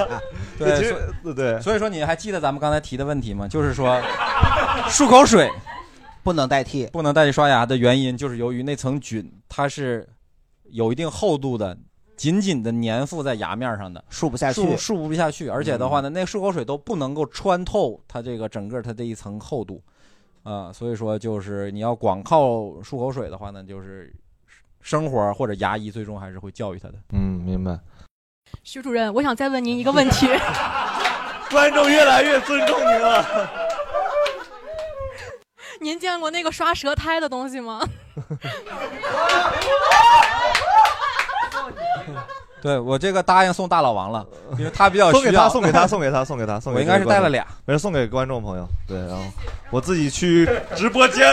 对
其实
所
对，
所以说你还记得咱们刚才提的问题吗？就是说，漱口水
不能代替，
不能代替刷牙的原因，就是由于那层菌它是有一定厚度的，紧紧的粘附在牙面上的，
漱不下去
漱漱不下去。而且的
嗯
话呢，那漱口水都不能够穿透它这个整个它这一层厚度，啊、所以说就是你要光靠漱口水的话呢，就是生活或者牙医最终还是会教育他的。
嗯，明白。
徐主任，我想再问您一个问 题。
观众越来越尊重您了。
您见过那个刷舌苔的东西吗？
对我这个答应送大老王了， 因为他比较
送给
需
他，
要。
送给他，送给他，送给 他，送给
我应该是带了俩，
没事，送给观众朋友。对，然后我自己去直播间。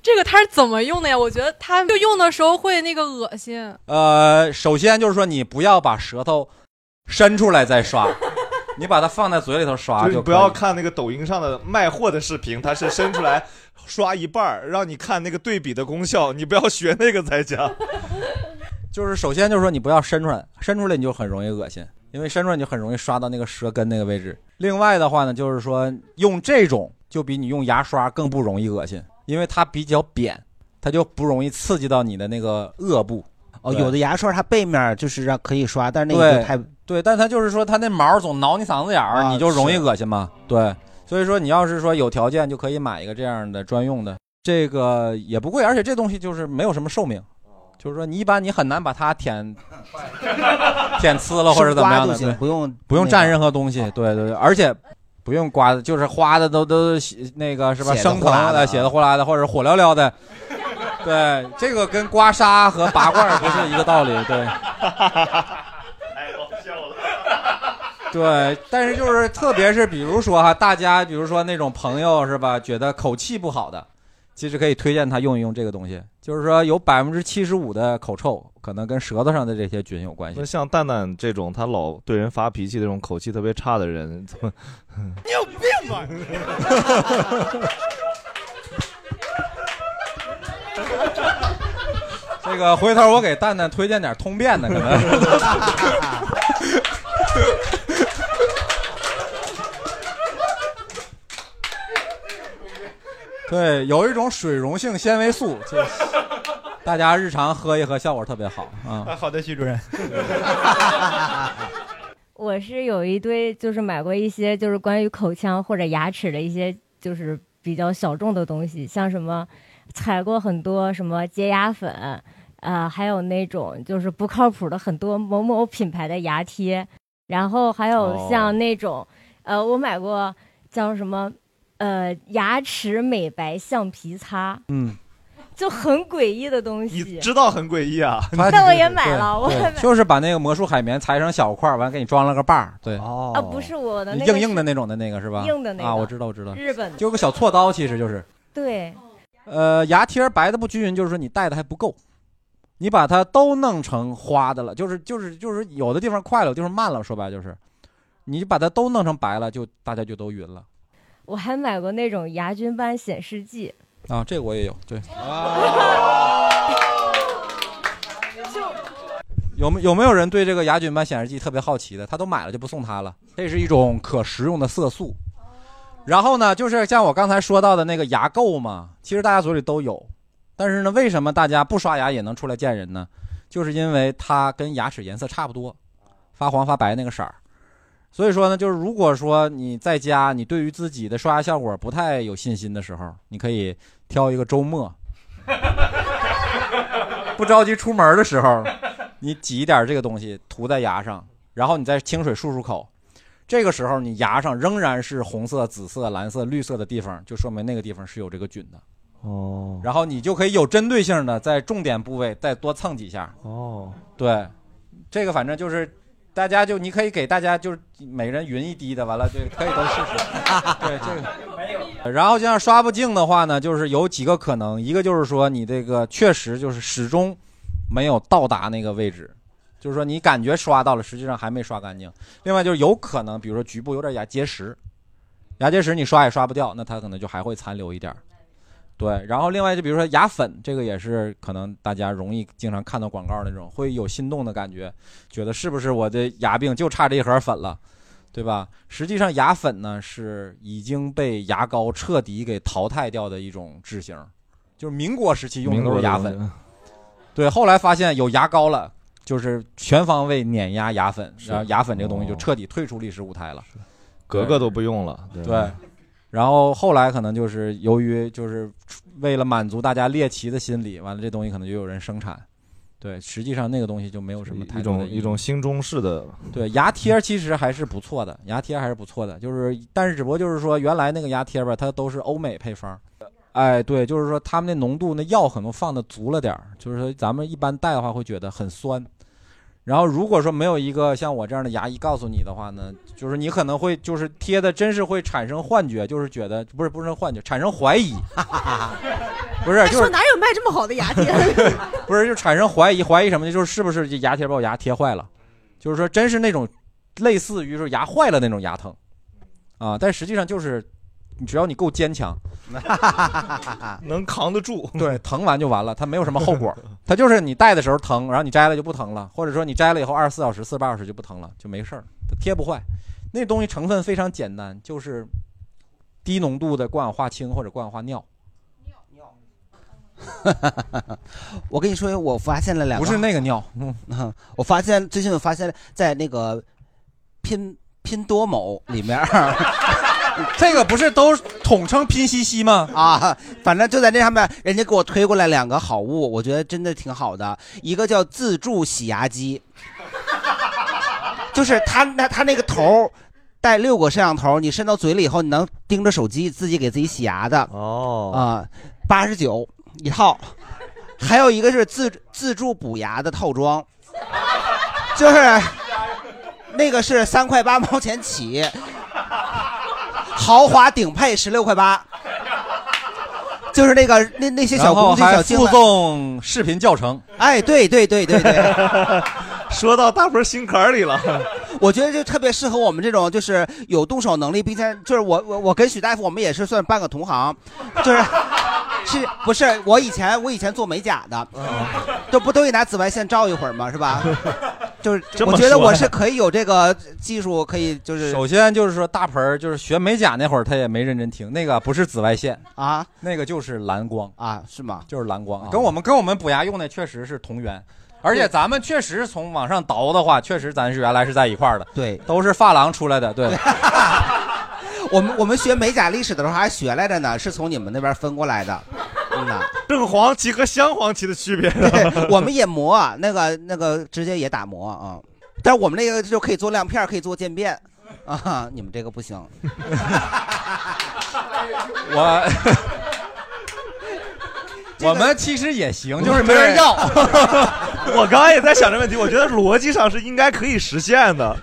这个它是怎么用的呀？我觉得它就用的时候会那个恶心。
呃，首先就是说你不要把舌头伸出来再刷，你把它放在嘴里头
就
刷
是
啊就
你不
可以
要看那个抖音上的卖货的视频，它是伸出来刷一半儿，让你看那个对比的功效，你不要学那个在家。
就是首先就是说你不要伸出来，伸出来你就很容易恶心，因为伸出来你就很容易刷到那个舌根那个位置。另外的话呢，就是说用这种就比你用牙刷更不容易恶心，因为它比较扁，它就不容易刺激到你的那个颚部。
哦，有的牙刷它背面就是让可以刷，但是那个
对
就太
对，但它就是说它那毛总挠你嗓子眼儿，
啊
你就容易
是
恶心嘛。对，所以说你要是说有条件就可以买一个这样的专用的，这个也不贵，而且这东西就是没有什么寿命，就是说你一般你很难把 它舔舔呲了或者怎么样
生刮
的，
就
对
行不用
不用
那
蘸
个
任何东西，对对对，而且不用刮的，就是花的都都那个是吧，
血的
生
呼啦
疼的、
的啊
血的呼啦的，或者火燎燎的，对，这个跟刮痧和拔 罐儿不是一个道理，对。 对，但是就是特别是比如说哈，大家比如说那种朋友是吧，觉得口气不好的，其实可以推荐他用一用这个东西，就是说有百分之七十五的口臭可能跟舌头上的 这些菌有关系
那。像蛋蛋这种，他老对人发脾气、这种口气特别差的 人，怎么？
你有病啊吧？
这个回头我给蛋蛋推荐点通便的，可能。 对，有一种水溶性纤维素，就是大家日常喝一喝，效果特别好啊、
啊好的，徐主任。
我是有一堆，就是买过一些，就是关于口腔或者牙齿的一些，就是比较小众的东西，像什么采过很多什么洁牙粉，呃，还有那种就是不靠谱的很多某某品牌的牙贴，然后还有
哦
像那种，呃，我买过叫什么，呃，牙齿美白橡皮擦，
嗯，
就很诡异的东西。
知道很诡异啊。
但我也买了，我也买
对，就是把那个魔术海绵裁成小块儿，完给你装了个把儿，对，
哦
啊，不是我的那个
硬硬的
是
那种的那个是吧？
硬的那个
啊，我知道，我知道，
日本的
就有个小锉刀，其实就是，
对，
呃，牙贴儿白的不均匀，就是说你戴的还不够，你把它都弄成花的了，就是就是就是有的地方快了，有的地方慢了，说白了就是，你把它都弄成白了，就大家就都匀了
我还买过那种牙菌斑显示剂，
啊。这个我也有，对，有没有没有人对这个牙菌斑显示剂特别好奇的？他都买了就不送他了，这是一种可食用的色素。然后呢，就是像我刚才说到的那个牙垢嘛，其实大家嘴里都有，但是呢，为什么大家不刷牙也能出来见人呢？就是因为它跟牙齿颜色差不多，发黄发白那个色儿。所以说呢，就是如果说你在家，你对于自己的刷牙效果不太有信心的时候，你可以挑一个周末，不着急出门的时候， 你挤一点这个东西涂在牙上，然后你再清水漱漱口。这个时候你牙上仍然是红色、紫色、蓝色、绿色的地方，就说明那个地方是有这个菌的。
哦，
然后你就可以有针对性的在重点部位再多蹭几下。
哦，
对，这个反正就是大家就你可以给大家就是每人匀一滴的，完了就可以都试试。对这个。然后就像刷不净的话呢，就是有几个可能，一个就是说你这个确实就是始终没有到达那个位置，就是说你感觉刷到了，实际上还没刷干净。另外就是有可能，比如说局部有点牙结石，牙结石你刷也刷不掉，那它可能就还会残留一点儿。对，然后另外就比如说牙粉，这个也是可能大家容易经常看到广告那种，会有心动的感觉，觉得是不是我的牙病就差这一盒粉了，对吧？实际上牙粉呢是已经被牙膏彻底给淘汰掉的一种制型，就是民国时期用的都是牙粉。对，后来发现有牙膏了，就是全方位碾压牙粉，
是
然后牙粉这个东西就
哦
彻底退出历史舞台了。
格格都不用了。
对，然后后来可能就是由于就是为了满足大家猎奇的心理，完了这东西可能就有人生产，对，实际上那个东西就没有什么太
一
多的
种
意义
一种新中式的，
对，牙贴儿其实还是不错的，牙贴儿还是不错的，就是但是只不过就是说原来那个牙贴儿吧，它都是欧美配方。哎，对，就是说他们那浓度那药可能放的足了点儿，就是说咱们一般戴的话会觉得很酸。然后如果说没有一个像我这样的牙医告诉你的话呢，就是你可能会就是贴的真是会产生幻觉，就是觉得不是不是幻觉，产生怀疑， 不是
哎
就是
说哪有卖这么好的 牙贴？
不是，就产生怀疑，怀疑什么呢？就是是不是这牙贴把我牙贴坏了，就是说真是那种类似于说牙坏了那种牙疼啊，但实际上就是你只要你够坚强，
能扛得住，
对，疼完就完了，它没有什么后 果，它就是你戴的时候疼，然后你摘了就不疼了，或者说你摘了以后二十四小时、四十八小时就不疼了，就没事儿，它贴不坏。那东西成分非常简单，就是低浓度的过氧化氢或者过氧化尿，
我跟你说，我发现了两个，
不是那个尿，
嗯，我发现最近我发现了在那个拼拼多某里面，
这个不是都统称拼夕夕吗？
啊，反正就在那上面，人家给我推过来两个好物，我觉得真的挺好的，一个叫自助洗牙机， 就是它那它那个头儿带六个摄像头，你伸到嘴里以后，你能盯着手机自己给自己洗牙的
哦
啊，八十九一套，还有一个是自自助补牙的套装，就是那个是三块八毛钱起，豪华顶配十六块八，就是那个那那些小工具
然后还
小精
附
灵
送视频教程。
哎，对对对对对，
说到大鹏心坎里了。
我觉得就特别适合我们这种就是有动手能力，并且就是我我我跟许大夫我们也是算半个同行，就是是不是我以前我以前做美甲的， 这不都得拿紫外线照一会儿吗？是吧？就是
这么
我觉得
说
我
呀
是可以有这个技术，可以就是
首先就是说，大盆儿就是学美甲那会儿，他也没认真听，那个不是紫外线
啊，
那个就是蓝光
啊，是吗？
就是蓝光，
啊
跟我们跟我们补牙用的确实是同源，而且咱们确实从往上倒的话，确实咱是原来是在一块儿的，
对，
都是发廊出来的，对，
我们我们学美甲历史的时候还学来着呢，是从你们那边分过来的。嗯呐，
正黄旗和镶黄旗的区别，啊
对，我们也磨，啊那个那个直接也打磨啊。但是我们那个就可以做亮片儿，可以做渐变啊。你们这个不行，
我我们其实也行，就是没人要。
我刚刚也在想这问题，我觉得逻辑上是应该可以实现的。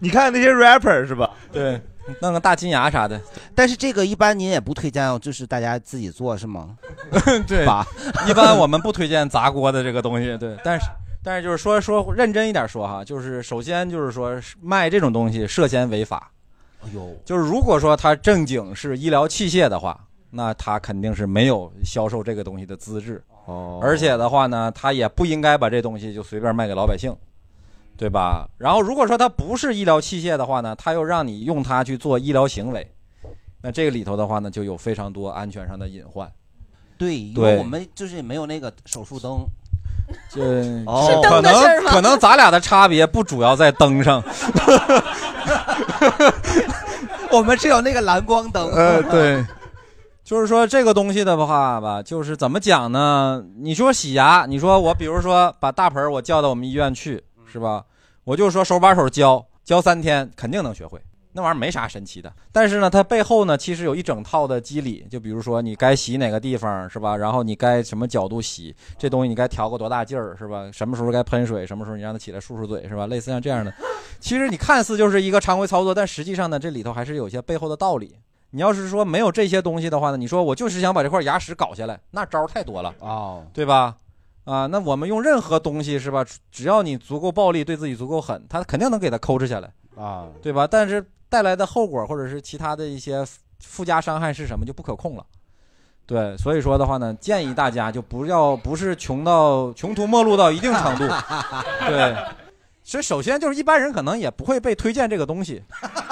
你看那些 rapper 是吧？
对，弄个大金牙 啥的。
但是这个一般您也不推荐，哦就是大家自己做是 吗？
对
吧？
一般我们不推荐砸锅的这个东西，对，但是。但是就是说说认真一点说哈，就是首先就是说是卖这种东西涉嫌违法，
哎呦，
就是如果说它正经是医疗器械的话，那它肯定是没有销售这个东西的资质。
哦
而且的话呢，它也不应该把这东西就随便卖给老百姓，对吧？然后如果说它不是医疗器械的话呢，它又让你用它去做医疗行为，那这个里头的话呢，就有非常多安全上的隐患。
对，因为
对
我们就是没有那个手术灯。
就是
灯的
可
事儿
能
吗
可能咱俩的差别不主要在灯上，
我们只有那个蓝光灯。
呃，对，就是说这个东西的话吧，就是怎么讲呢？你说洗牙，你说我比如说把大盆儿我叫到我们医院去，是吧？我就说手把手教，教三天肯定能学会，那玩意儿没啥神奇的。但是呢，它背后呢其实有一整套的机理，就比如说你该洗哪个地方是吧？然后你该什么角度洗，这东西你该调个多大劲儿是吧？什么时候该喷水，什么时候你让它起来漱漱嘴是吧？类似像这样的，其实你看似就是一个常规操作，但实际上呢，这里头还是有一些背后的道理。你要是说没有这些东西的话呢，你说我就是想把这块牙齿搞下来，那招儿太多了
哦，
对吧？啊，那我们用任何东西是吧？只要你足够暴力，对自己足够狠，他肯定能给他抠制下来，
啊，
对吧？但是带来的后果或者是其他的一些附加伤害是什么就不可控了。对，所以说的话呢，建议大家就不要不是穷到穷途末路到一定 程度，对。所以首先就是一般人可能也不会被推荐这个东西，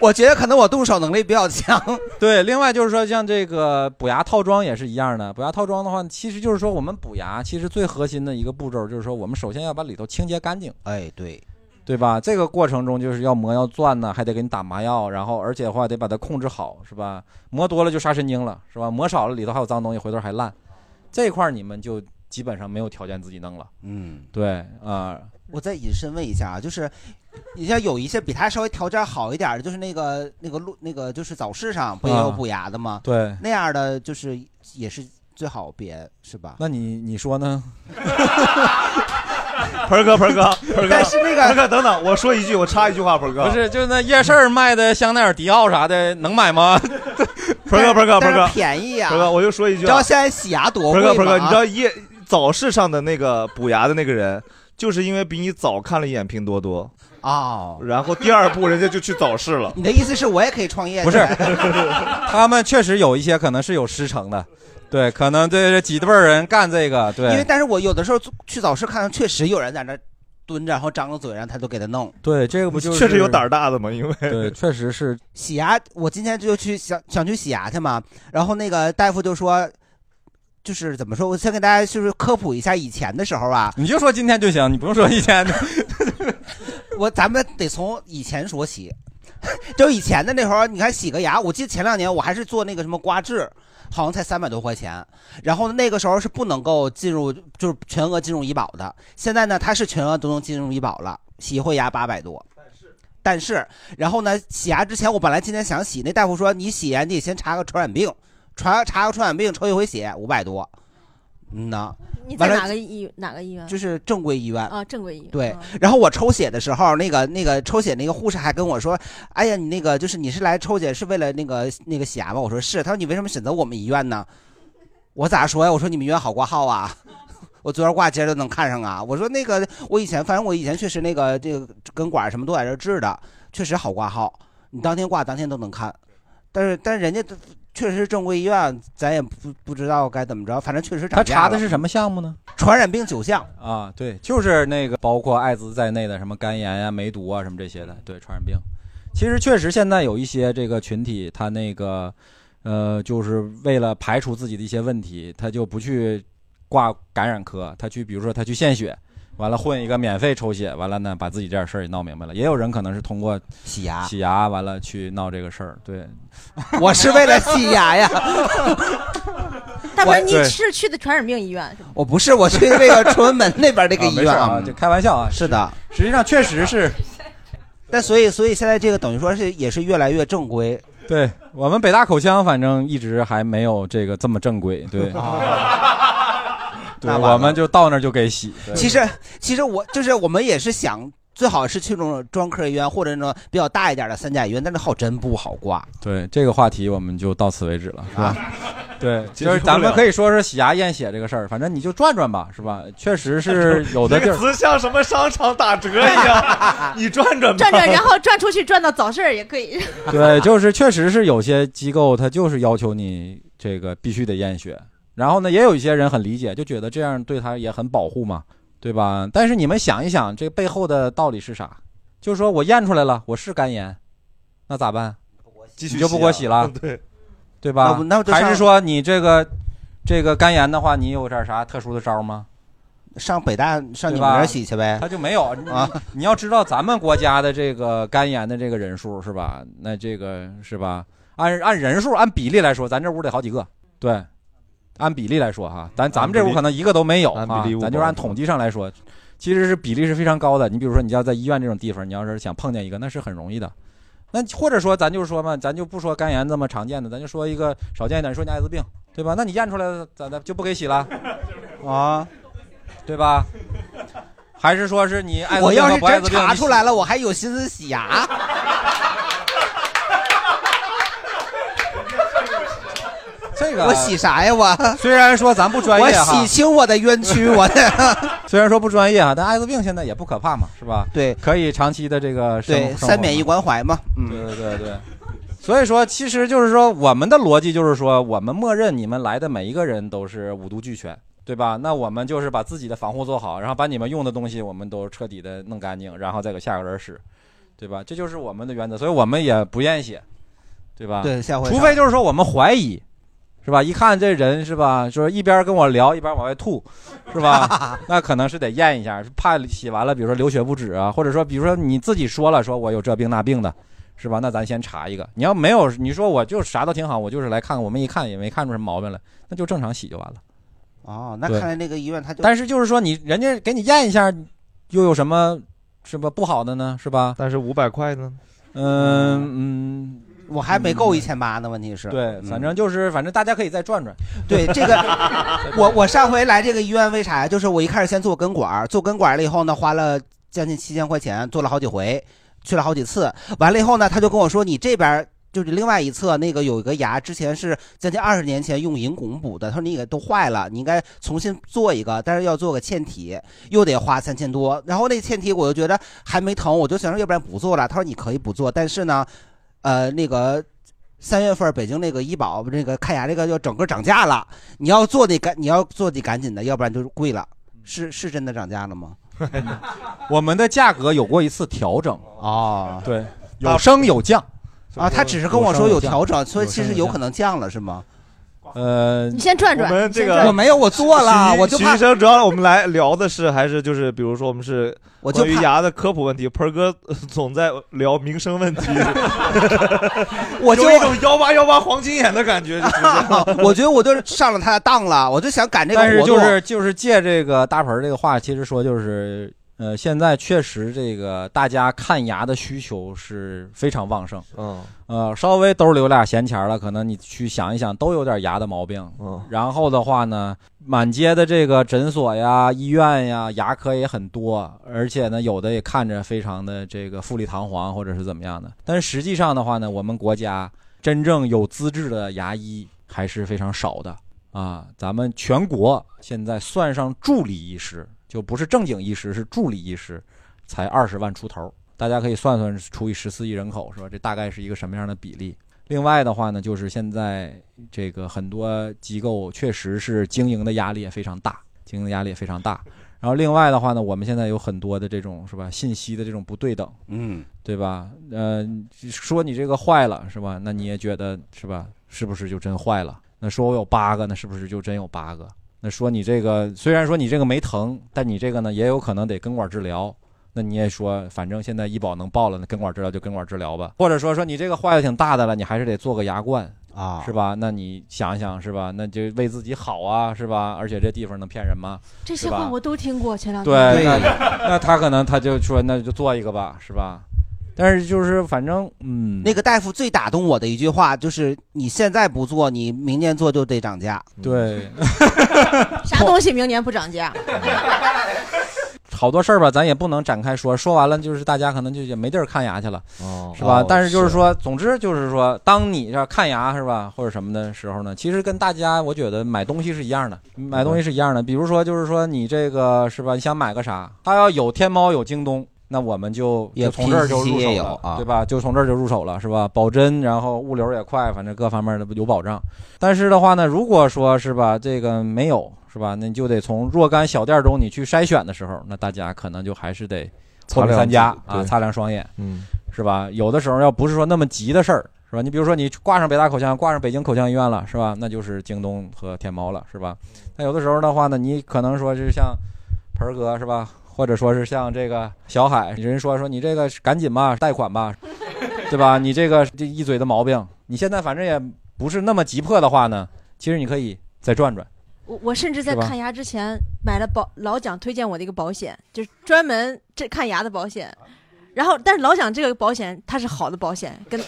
我觉得可能我动手能力比较强。
对，另外就是说，像这个补牙套装也是一样的。补牙套装的话，其实就是说我们补牙，其实最核心的一个步骤就是说，我们首先要把里头清洁干净，
哎，对，
对吧？这个过程中就是要磨要钻呢，还得给你打麻药，然后而且的话得把它控制好，是吧？磨多了就杀神经了，是吧？磨少了里头还有脏东西，回头还烂。这块儿你们就基本上没有条件自己弄了。
嗯，
对啊，
我再引申问一下啊，就是你像有一些比他稍微条件好一点的，就是那个那个路那个就是早市上不也有
啊
补牙的吗？
对
那样的就是也是最好别是吧？
那你你说呢？
盆儿哥， 盆儿哥，盆儿哥，
但是那个
盆儿哥，等等，我说一句，我插一句话，盆儿哥，
不是，就那夜市儿卖的香奈儿、迪奥啥的，能买吗？
盆儿哥，盆儿哥，盆儿
但
哥，
是便宜啊
盆儿哥，我就说一句啊，
你知道现在洗牙多
盆
贵
儿
吗？
哥，盆儿哥，你知道夜早市上的那个补牙的那个人，就是因为比你早看了一眼拼多多
哦，
然后第二步人家就去早 市了。
你的意思是我也可以创业？
不是
吧
他们确实有一些可能是有师承的，对，可能这这几辈儿人干这个，
因为
对，
但是我有的时候去早市看到确实有人在那蹲着，然后张着嘴，然后他都给他弄。
对，这个不就是
确实有胆儿大的嘛？因为
对，确实是
洗牙，我今天就去想想去洗牙去嘛，然后那个大夫就说，就是怎么说，我先给大家就是科普一下以前的时候啊，
你就说今天就行，你不用说以前的。
我咱们得从以前说起， 就以前的那会儿，你看洗个牙，我记得前两年我还是做那个什么刮治，好像才三百多块钱。然后那个时候是不能够进入，就是全额进入医保的。现在呢，它是全额都能进入医保了，洗一回牙八百多。但是，然后呢，洗牙之前我本来今天想洗，那大夫说你洗牙你得先查个传染病，查查个传染病抽一回血五百多。嗯呐，
你在
完
哪
了
个医哪个医院？
就是正规医院
啊，正规医 院。
对，然后我抽血的时候，那个那个抽血那个护士还跟我说：“哎呀，你那个就是你是来抽血是为了那个那个洗牙吗？”我说：“是。”他说：“你为什么选择我们医院呢？”我咋说呀？我说：“你们医院好挂号啊。” 我昨儿挂今儿就能看上啊！我说那个，我以前反正我以前确实那个这个根管什么都在这儿治的，确实好挂号，你当天挂当天都能看。但是但是人家都确实是正规医院，咱也不不知道该怎么着，反正确实
他
涨价
查的
了
是什么项目呢？
传染病九项。
啊，对，就是那个包括艾滋在内的什么肝炎啊、梅毒啊什么这些的，对，传染病。其实确实现在有一些这个群体，他那个呃，就是为了排除自己的一些问题，他就不去挂感染科，他去比如说他去献血。完了混一个免费抽血，完了呢，把自己这点事儿也闹明白了。也有人可能是通过
洗牙、
洗牙完了去闹这个事儿。对，
我是为了洗牙呀。
大
我
门，你
对
是去的传染病医院是吗？
我不是，我去那个崇文门那边那个医院 嗯
啊没事啊就开玩笑啊。
是的，
实际上确实是。
但所以，所以现在这个等于说是也是越来越正规。
对我们北大口腔，反正一直还没有这个这么正规。 对， 对，
啊那完了
我们就到那儿就给洗。对
其实，其实我就是我们也是想，最好是去那种专科医院或者那种比较大一点的三甲医院，但是号真不好挂。
对这个话题我们就到此为止了，是吧？对，
接
就是
受不
咱们
了
可以说说洗牙验血这个事儿，反正你就转转吧，是吧？确 实是有的地
这个
儿。
词像什么商场打折一 样，你转转吧
转转，然后转出去转到早市儿也可以。
对，就是确实是有些机构它就是要求你这个必须得验血，然后呢，也有一些人很理解，就觉得这样对他也很保护嘛，对吧？但是你们想一想，这背后的道理是啥？就是说我验出来了，我是肝炎，那咋办？
继续
你就不给我洗了，
对
对
啊那
吧
不那？就上
还是说你这个这个肝炎的话，你有点啥特殊的招吗？
上北大上你
对
们
吧
那儿洗去呗
他。就没有啊
啊。
你要知道咱们国家的这个肝炎的这个人数是吧？那这个是吧？按按人数按比例来说，咱这屋得好几个。对，按比例来说
嗯
哈，咱咱们这
按比
屋
例
可能一个都没有
按
啊
比例屋。
咱就是按统计上来说，其实是比例是非常高的。你比如说，你要在医院这种地方，你要是想碰见一个，那是很容易的。那或者说，咱就说嘛，咱就不说肝炎这么常见的，咱就说一个少见一点，你说你艾滋病，对吧？那你验出来了咋的就不给洗 了
啊？
对吧？还是说是你艾滋
我
病
要
和
是
不艾
真
滋病？
查出来了，我还有心思洗牙。
这个
我洗啥呀？我
虽然说咱不专业 哈
我洗清我的冤屈， 我的。
虽然说不专业啊，但艾滋病现在也不可怕嘛，是吧？
对，
可以长期的这个生
对，三免一。关怀嘛。
嗯，对对对对。所以说，其实就是说，我们的逻辑就是说，我们默认你们来的每一个人都是五毒俱全，对吧？那我们就是把自己的防护做好，然后把你们用的东西我们都彻底的弄干净，然后再给下个人使，对吧？这就是我们的原则，所以我们也不验血，对吧？
对下回
除非就是说我们怀疑，是吧？一看这人是吧，就是一边跟我聊一边往外吐，是吧？那可能是得验一下，怕洗完了，比如说流血不止啊，或者说比如说你自己说了，说我有这病那病的，是吧？那咱先查一个。你要没有，你说我就啥都挺好，我就是来看看，我们一看也没看出什么毛病来，那就正常洗就完了。
哦，那
对
看来那个医院他就
但是就是说你人家给你验一下，又有什么是吧不好的呢？是吧？
但是五百块呢？
嗯嗯，
我还没够一千八呢，问题是。
对，
嗯
反正就是反正大家可以再转转。
对这个，我我上回来这个医院为啥呀？就是我一开始先做根管儿，做根管儿了以后呢，花了将近七千块钱，做了好几回，去了好几次。完了以后呢，他就跟我说，你这边儿就是另外一侧那个有一个牙，之前是将近二十年前用银汞补的，他说你给都坏了，你应该重新做一个，但是要做个嵌体，又得花三千多。然后那嵌体我就觉得还没疼，我就想说要不然不做了。他说你可以不做，但是呢，呃，那个三月份北京那个医保这个看牙这个要整个涨价了，你要做得赶，你要做得赶紧的，要不然就是贵了。是是真的涨价了吗？
我们的价格有过一次调整
啊，
对，有升有降
啊，他只是跟我说有调整，所以其实有可
能
能降了，是吗？
呃，
你先转转，
我们这
先
个
转
我没有我做了
许医
我就
许
怕
医生主要我们来聊的是还是就是比如说我们是
就
关于
怕
牙的科普问题，盆儿哥呃总在聊民生问题，
我就啊
有一种幺八幺八黄金眼的感觉。就
我觉得我就上了他的当了，我就想赶这个
但是
活动。
就是就是借这个大盆儿这个话，其实说就是，呃，现在确实这个大家看牙的需求是非常旺盛，
嗯，
呃，稍微兜里有俩闲钱儿了，可能你去想一想，都有点牙的毛病，
嗯，
然后的话呢，满街的这个诊所呀、医院呀，牙科也很多，而且呢，有的也看着非常的这个富丽堂皇，或者是怎么样的，但是实际上的话呢，我们国家真正有资质的牙医还是非常少的。啊，咱们全国现在算上助理医师，就不是正经医师，是助理医师，才二十万出头。大家可以算算，除以十四亿人口是吧？这大概是一个什么样的比例？另外的话呢，就是现在这个很多机构确实是经营的压力也非常大，经营的压力也非常大。然后另外的话呢，我们现在有很多的这种是吧，信息的这种不对等，
嗯，
对吧？呃，说你这个坏了是吧？那你也觉得是吧？是不是就真坏了？那说我有八个，那是不是就真有八个？那说你这个虽然说你这个没疼，但你这个呢也有可能得根管治疗。那你也说，反正现在医保能报了，那根管治疗就根管治疗吧。或者说说你这个坏的挺大的了，你还是得做个牙冠
啊，
是吧？那你想一想是吧？那就为自己好啊，是吧？而且这地方能骗人吗？
这
是
些
吧
话我都听过，前两天
对，那那他可能他就说那就做一个吧，是吧？但是就是反正嗯，
那个大夫最打动我的一句话就是：你现在不做，你明年做就得涨价。
对，
啥东西明年不涨价？
好多事儿吧，咱也不能展开说，说完了就是大家可能就也没地儿看牙去了，
哦
是吧？
哦
但是就是
是
说，总之就是说，当你要看牙是吧，或者什么的时候呢，其实跟大家我觉得买东西是一样的，买东西是一样的。比如说就是说你这个是吧，你想买个啥，它要有天猫有京东。那我们就
也
就从这儿就
PCC
入手
也有
了，
啊
对吧？就从这儿就入手了，是吧？保真，然后物流也快，反正各方面的有保障。但是的话呢，如果说是吧，这个没有是吧，那你就得从若干小店中你去筛选的时候，那大家可能就还是得货比三
擦亮
家
自己
啊，
对
擦亮双眼，
嗯，
是吧？有的时候要不是说那么急的事儿，是吧？你比如说你挂上北大口腔，挂上北京口腔医院了，是吧？那就是京东和天猫了，是吧？ 那有的时候的话呢，你可能说是像盆儿哥是吧，或者说是像这个小海，人说说你这个赶紧吧，贷款吧， 对吧？你这个这一嘴的毛病，你现在反正也不是那么急迫的话呢，其实你可以再转转。
我我甚至在
是吧
看牙之前买了保老蒋推荐我的一个保险，就是专门这看牙的保险。然后，但是老蒋这个保险它是好的保险， 跟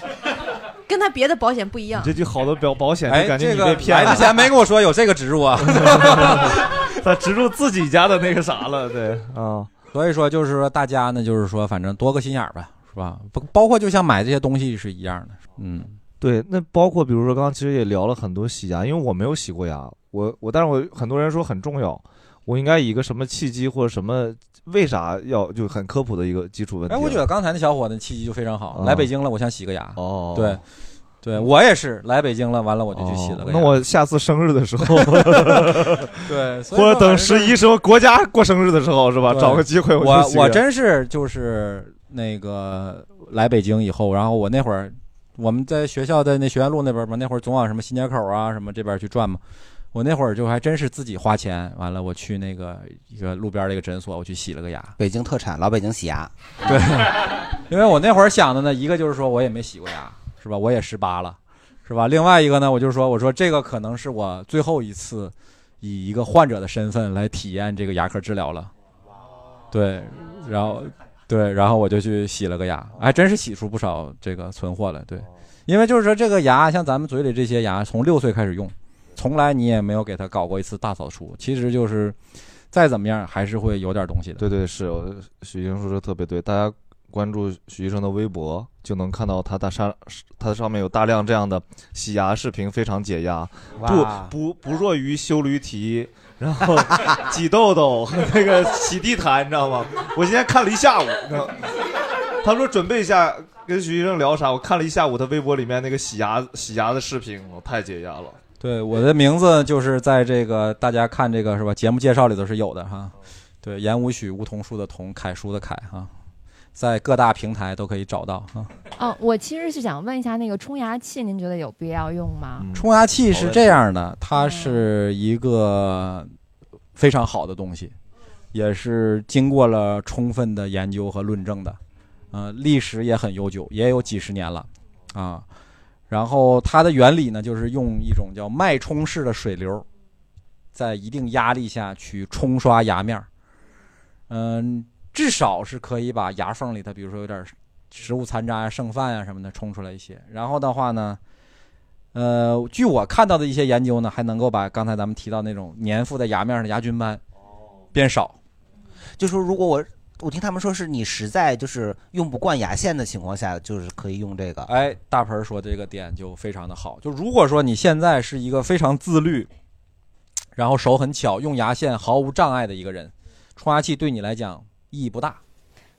跟他别的保险不一样
你。这句好的保保险，
哎
就感觉
这
你
个
被骗
来
了。
之前没跟我说有这个植入啊，
他植入自己家的那个啥了，对啊。
所以说就是说大家呢，就是说反正多个心眼儿吧，是吧？不包括就像买这些东西是一样的，嗯。
对，那包括比如说刚刚其实也聊了很多洗牙，因为我没有洗过牙，我我但是我很多人说很重要，我应该以一个什么契机或者什么为啥要就很科普的一个基础问题。
哎，我觉得刚才那小伙子气机就非常好，
啊
来北京了，我想洗个牙。
哦
对，对我也是来北京了，完了我就去洗了个
哦那
牙。，
我下次生日的时候
对所以说
或者等
反正就是
十一时候国家过生日的时候是吧？
对
找个机会
我
去洗个牙
我真是就是那个来北京以后，然后我那会儿我们在学校在那学院路那边嘛，那会儿总往什么新街口啊什么这边去转嘛。我那会儿就还真是自己花钱，完了我去那个一个路边的一个诊所，我去洗了个牙。
北京特产老北京洗牙，
对，因为我那会儿想的呢，一个就是说我也没洗过牙，是吧？我也十八了，是吧？另外一个呢，我就说，我说这个可能是我最后一次以一个患者的身份来体验这个牙科治疗了。对，然后对，然后我就去洗了个牙，还真是洗出不少这个存货来。对，
哦
因为就是说这个牙，像咱们嘴里这些牙，从六岁开始用，从来你也没有给它搞过一次大扫除，其实就是再怎么样还是会有点东西的。
对对，是哦我许医生说的特别对，大家关注许医生的微博就能看到他大上，他上面有大量这样的洗牙视频，非常解压，不
哇
不不弱于修驴蹄。然后 挤痘痘和那个洗地毯，你知道吗？我今天看了一下午，你知道吗他说准备一下跟徐医生聊啥，我看了一下午他微博里面那个洗牙洗牙的视频，我太解压了。
对，我的名字就是在这个大家看这个是吧？节目介绍里头是有的
哦
哈。对，言无许，梧桐树的桐，楷书的楷哈，在各大平台都可以找到哈。
哦，我其实是想问一下，那个冲牙器，您觉得有必要用吗？
嗯冲牙器是这样的，它是一个非常好的东西，也是经过了充分的研究和论证的，呃，历史也很悠久，也有几十年了啊。然后它的原理呢，就是用一种叫脉冲式的水流，在一定压力下去冲刷牙面儿嗯，至少是可以把牙缝里头，比如说有点食物残渣呀、啊剩饭呀什么的冲出来一些。然后的话呢，呃，据我看到的一些研究呢，还能够把刚才咱们提到那种粘附在牙面上的牙菌斑变少。
就说如果我我听他们说是你实在就是用不惯牙线的情况下，就是可以用这个。
哎，大盆儿说这个点就非常的好。就如果说你现在是一个非常自律，然后手很巧，用牙线毫无障碍的一个人，冲牙器对你来讲意义不大。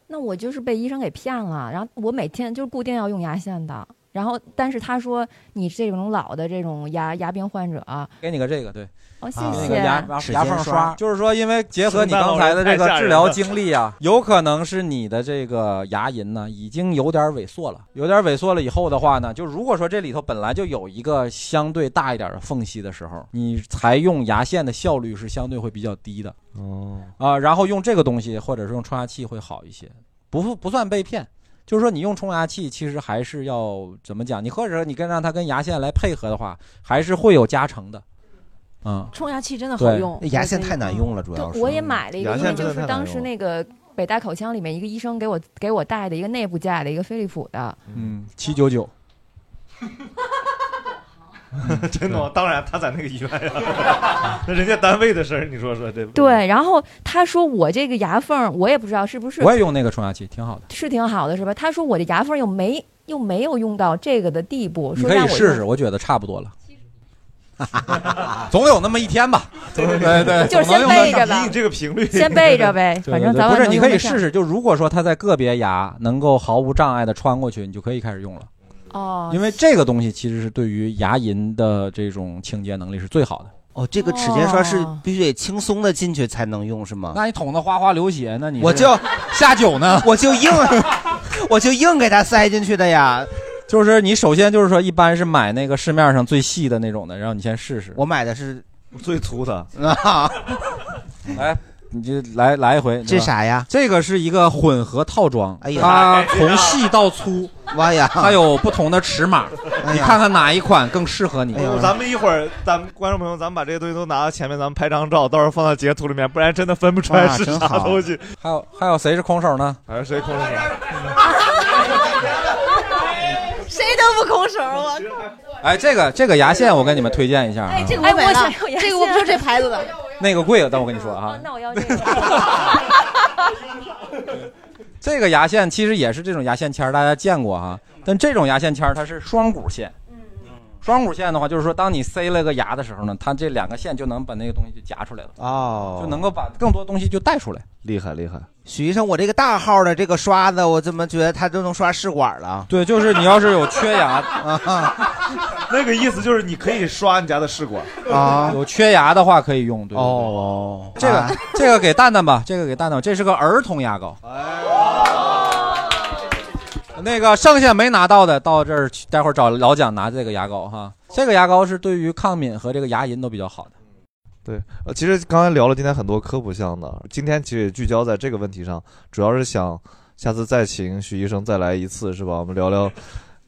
那我就是被医生给骗了，然后我每天就是固定要用牙线的，然后但是他说你这种老的这种牙牙病患者啊，
给你个这个，对，啊
哦谢
那
谢
个牙
齿
牙
间
缝
刷
就是说，因为结合你刚才的这个治疗经历啊，有可能是你的这个牙龈呢已经有点萎缩了，有点萎缩了以后的话呢，就如果说这里头本来就有一个相对大一点的缝隙的时候，你才用牙线的效率是相对会比较低的。
哦，
啊，然后用这个东西或者是用冲牙器会好一些，不不算被骗。就是说，你用冲牙器其实还是要怎么讲？你或者说你跟让它跟牙线来配合的话，还是会有加成的。嗯，
冲牙器真的好
对，
用，
牙
线太
难用了，主
对，我也买了一个，因为就是当时那个北大口腔里面一个医生给我给我带的一个内部价的一个飞利浦的，
嗯七九九，
真的吗？当然，他在那个医院呀， 那人家单位的事儿，你说说这。
对，然后他说我这个牙缝我也不知道是不是
我也用那个冲牙器，挺好的。
是挺好的是吧？他说我的牙缝又没又没有用到这个的地步，
你
说
可
让
以
我
试
用
试，我觉得差不 多了。总有那么一天吧，对对对，
就是先
总能用
备着
得
吧
上你这个频率
先备着呗
对对对
反正早晚
不是，
能
你
用
可
得
以
上
试试。就如果说它在个别牙能够毫无障碍的穿过去，你就可以开始用了，
哦，
因为这个东西其实是对于牙龈的这种清洁能力是最好的。
哦，这个齿间刷是必须得轻松的进去才能用是吗？
那你捅的哗哗流血，那你是
我就
下酒 呢，
我就硬， 我就硬给它塞进去的呀。
就是你首先就是说，一般是买那个市面上最细的那种的，然后你先试试。
我买的是
最粗的
啊，
来，你就来来一回。
这啥呀？
这个是一个混合套装，哎
呀
它从细到粗，
哇呀，哎
它有不同的尺码，
呀
你看看哪一款更适合你。
咱们一会儿，咱们观众朋友，咱们把这些东西都拿到前面，咱们拍张照，到时候放到截图里面，不然真的分不出来
哇
是
真
啥
好
东西。
还有还有谁是空手呢？
还有谁空手？
谁都不空手儿，我靠！
哎，这个这个牙线我跟你们推荐一下啊，
哎，这个
哎
我买
我
了
想用，牙
这个我不说这牌子的，
那个贵了，但我跟你说啊，
那我要这个。
这个牙线其实也是这种牙线签儿，大家见过啊。但这种牙线签儿它是双股线，双股线的话，就是说当你塞了个牙的时候呢，它这两个线就能把那个东西就夹出来了，
哦，
就能够把更多东西就带出来。
厉害厉害。
许医生，我这个大号的这个刷子，我怎么觉得它都能刷试管了？
对，就是你要是有缺牙
啊，
那个意思就是你可以刷你家的试管
啊
有缺牙的话可以用。对
哦，
这
啊
个 这个给蛋蛋吧，这个给蛋蛋，这是个儿童牙膏。
哎
那个剩下没拿到的，到这儿去，待会儿找老蒋拿这个牙膏哈。这个牙膏是对于抗敏和这个牙龈都比较好的。
对，呃，其实刚才聊了今天很多科普项的，今天其实也聚焦在这个问题上，主要是想下次再请许医生再来一次，是吧？我们聊聊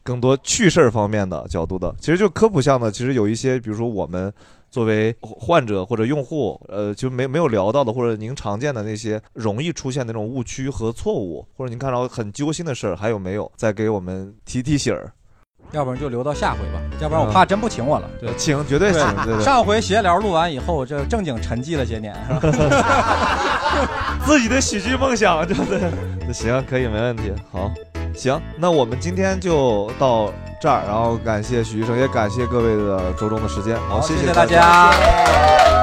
更多趣事儿方面的角度的。其实就科普项的，其实有一些，比如说我们作为患者或者用户，呃，就没没有聊到的，或者您常见的那些容易出现的那种误区和错误，或者您看到很揪心的事儿，还有没有？再给我们提提醒儿。
要不然就留到下回吧，要不然我怕真不请我了。对，
呃请嗯绝对请对对
上回闲聊录完以后，这正经沉寂了些年，是吧
自己的喜剧梦想，对不对？那行，可以，没问题。好，行，那我们今天就到这儿，然后感谢许医生，也感谢各位的周中的时间。好，谢
谢
大
大家。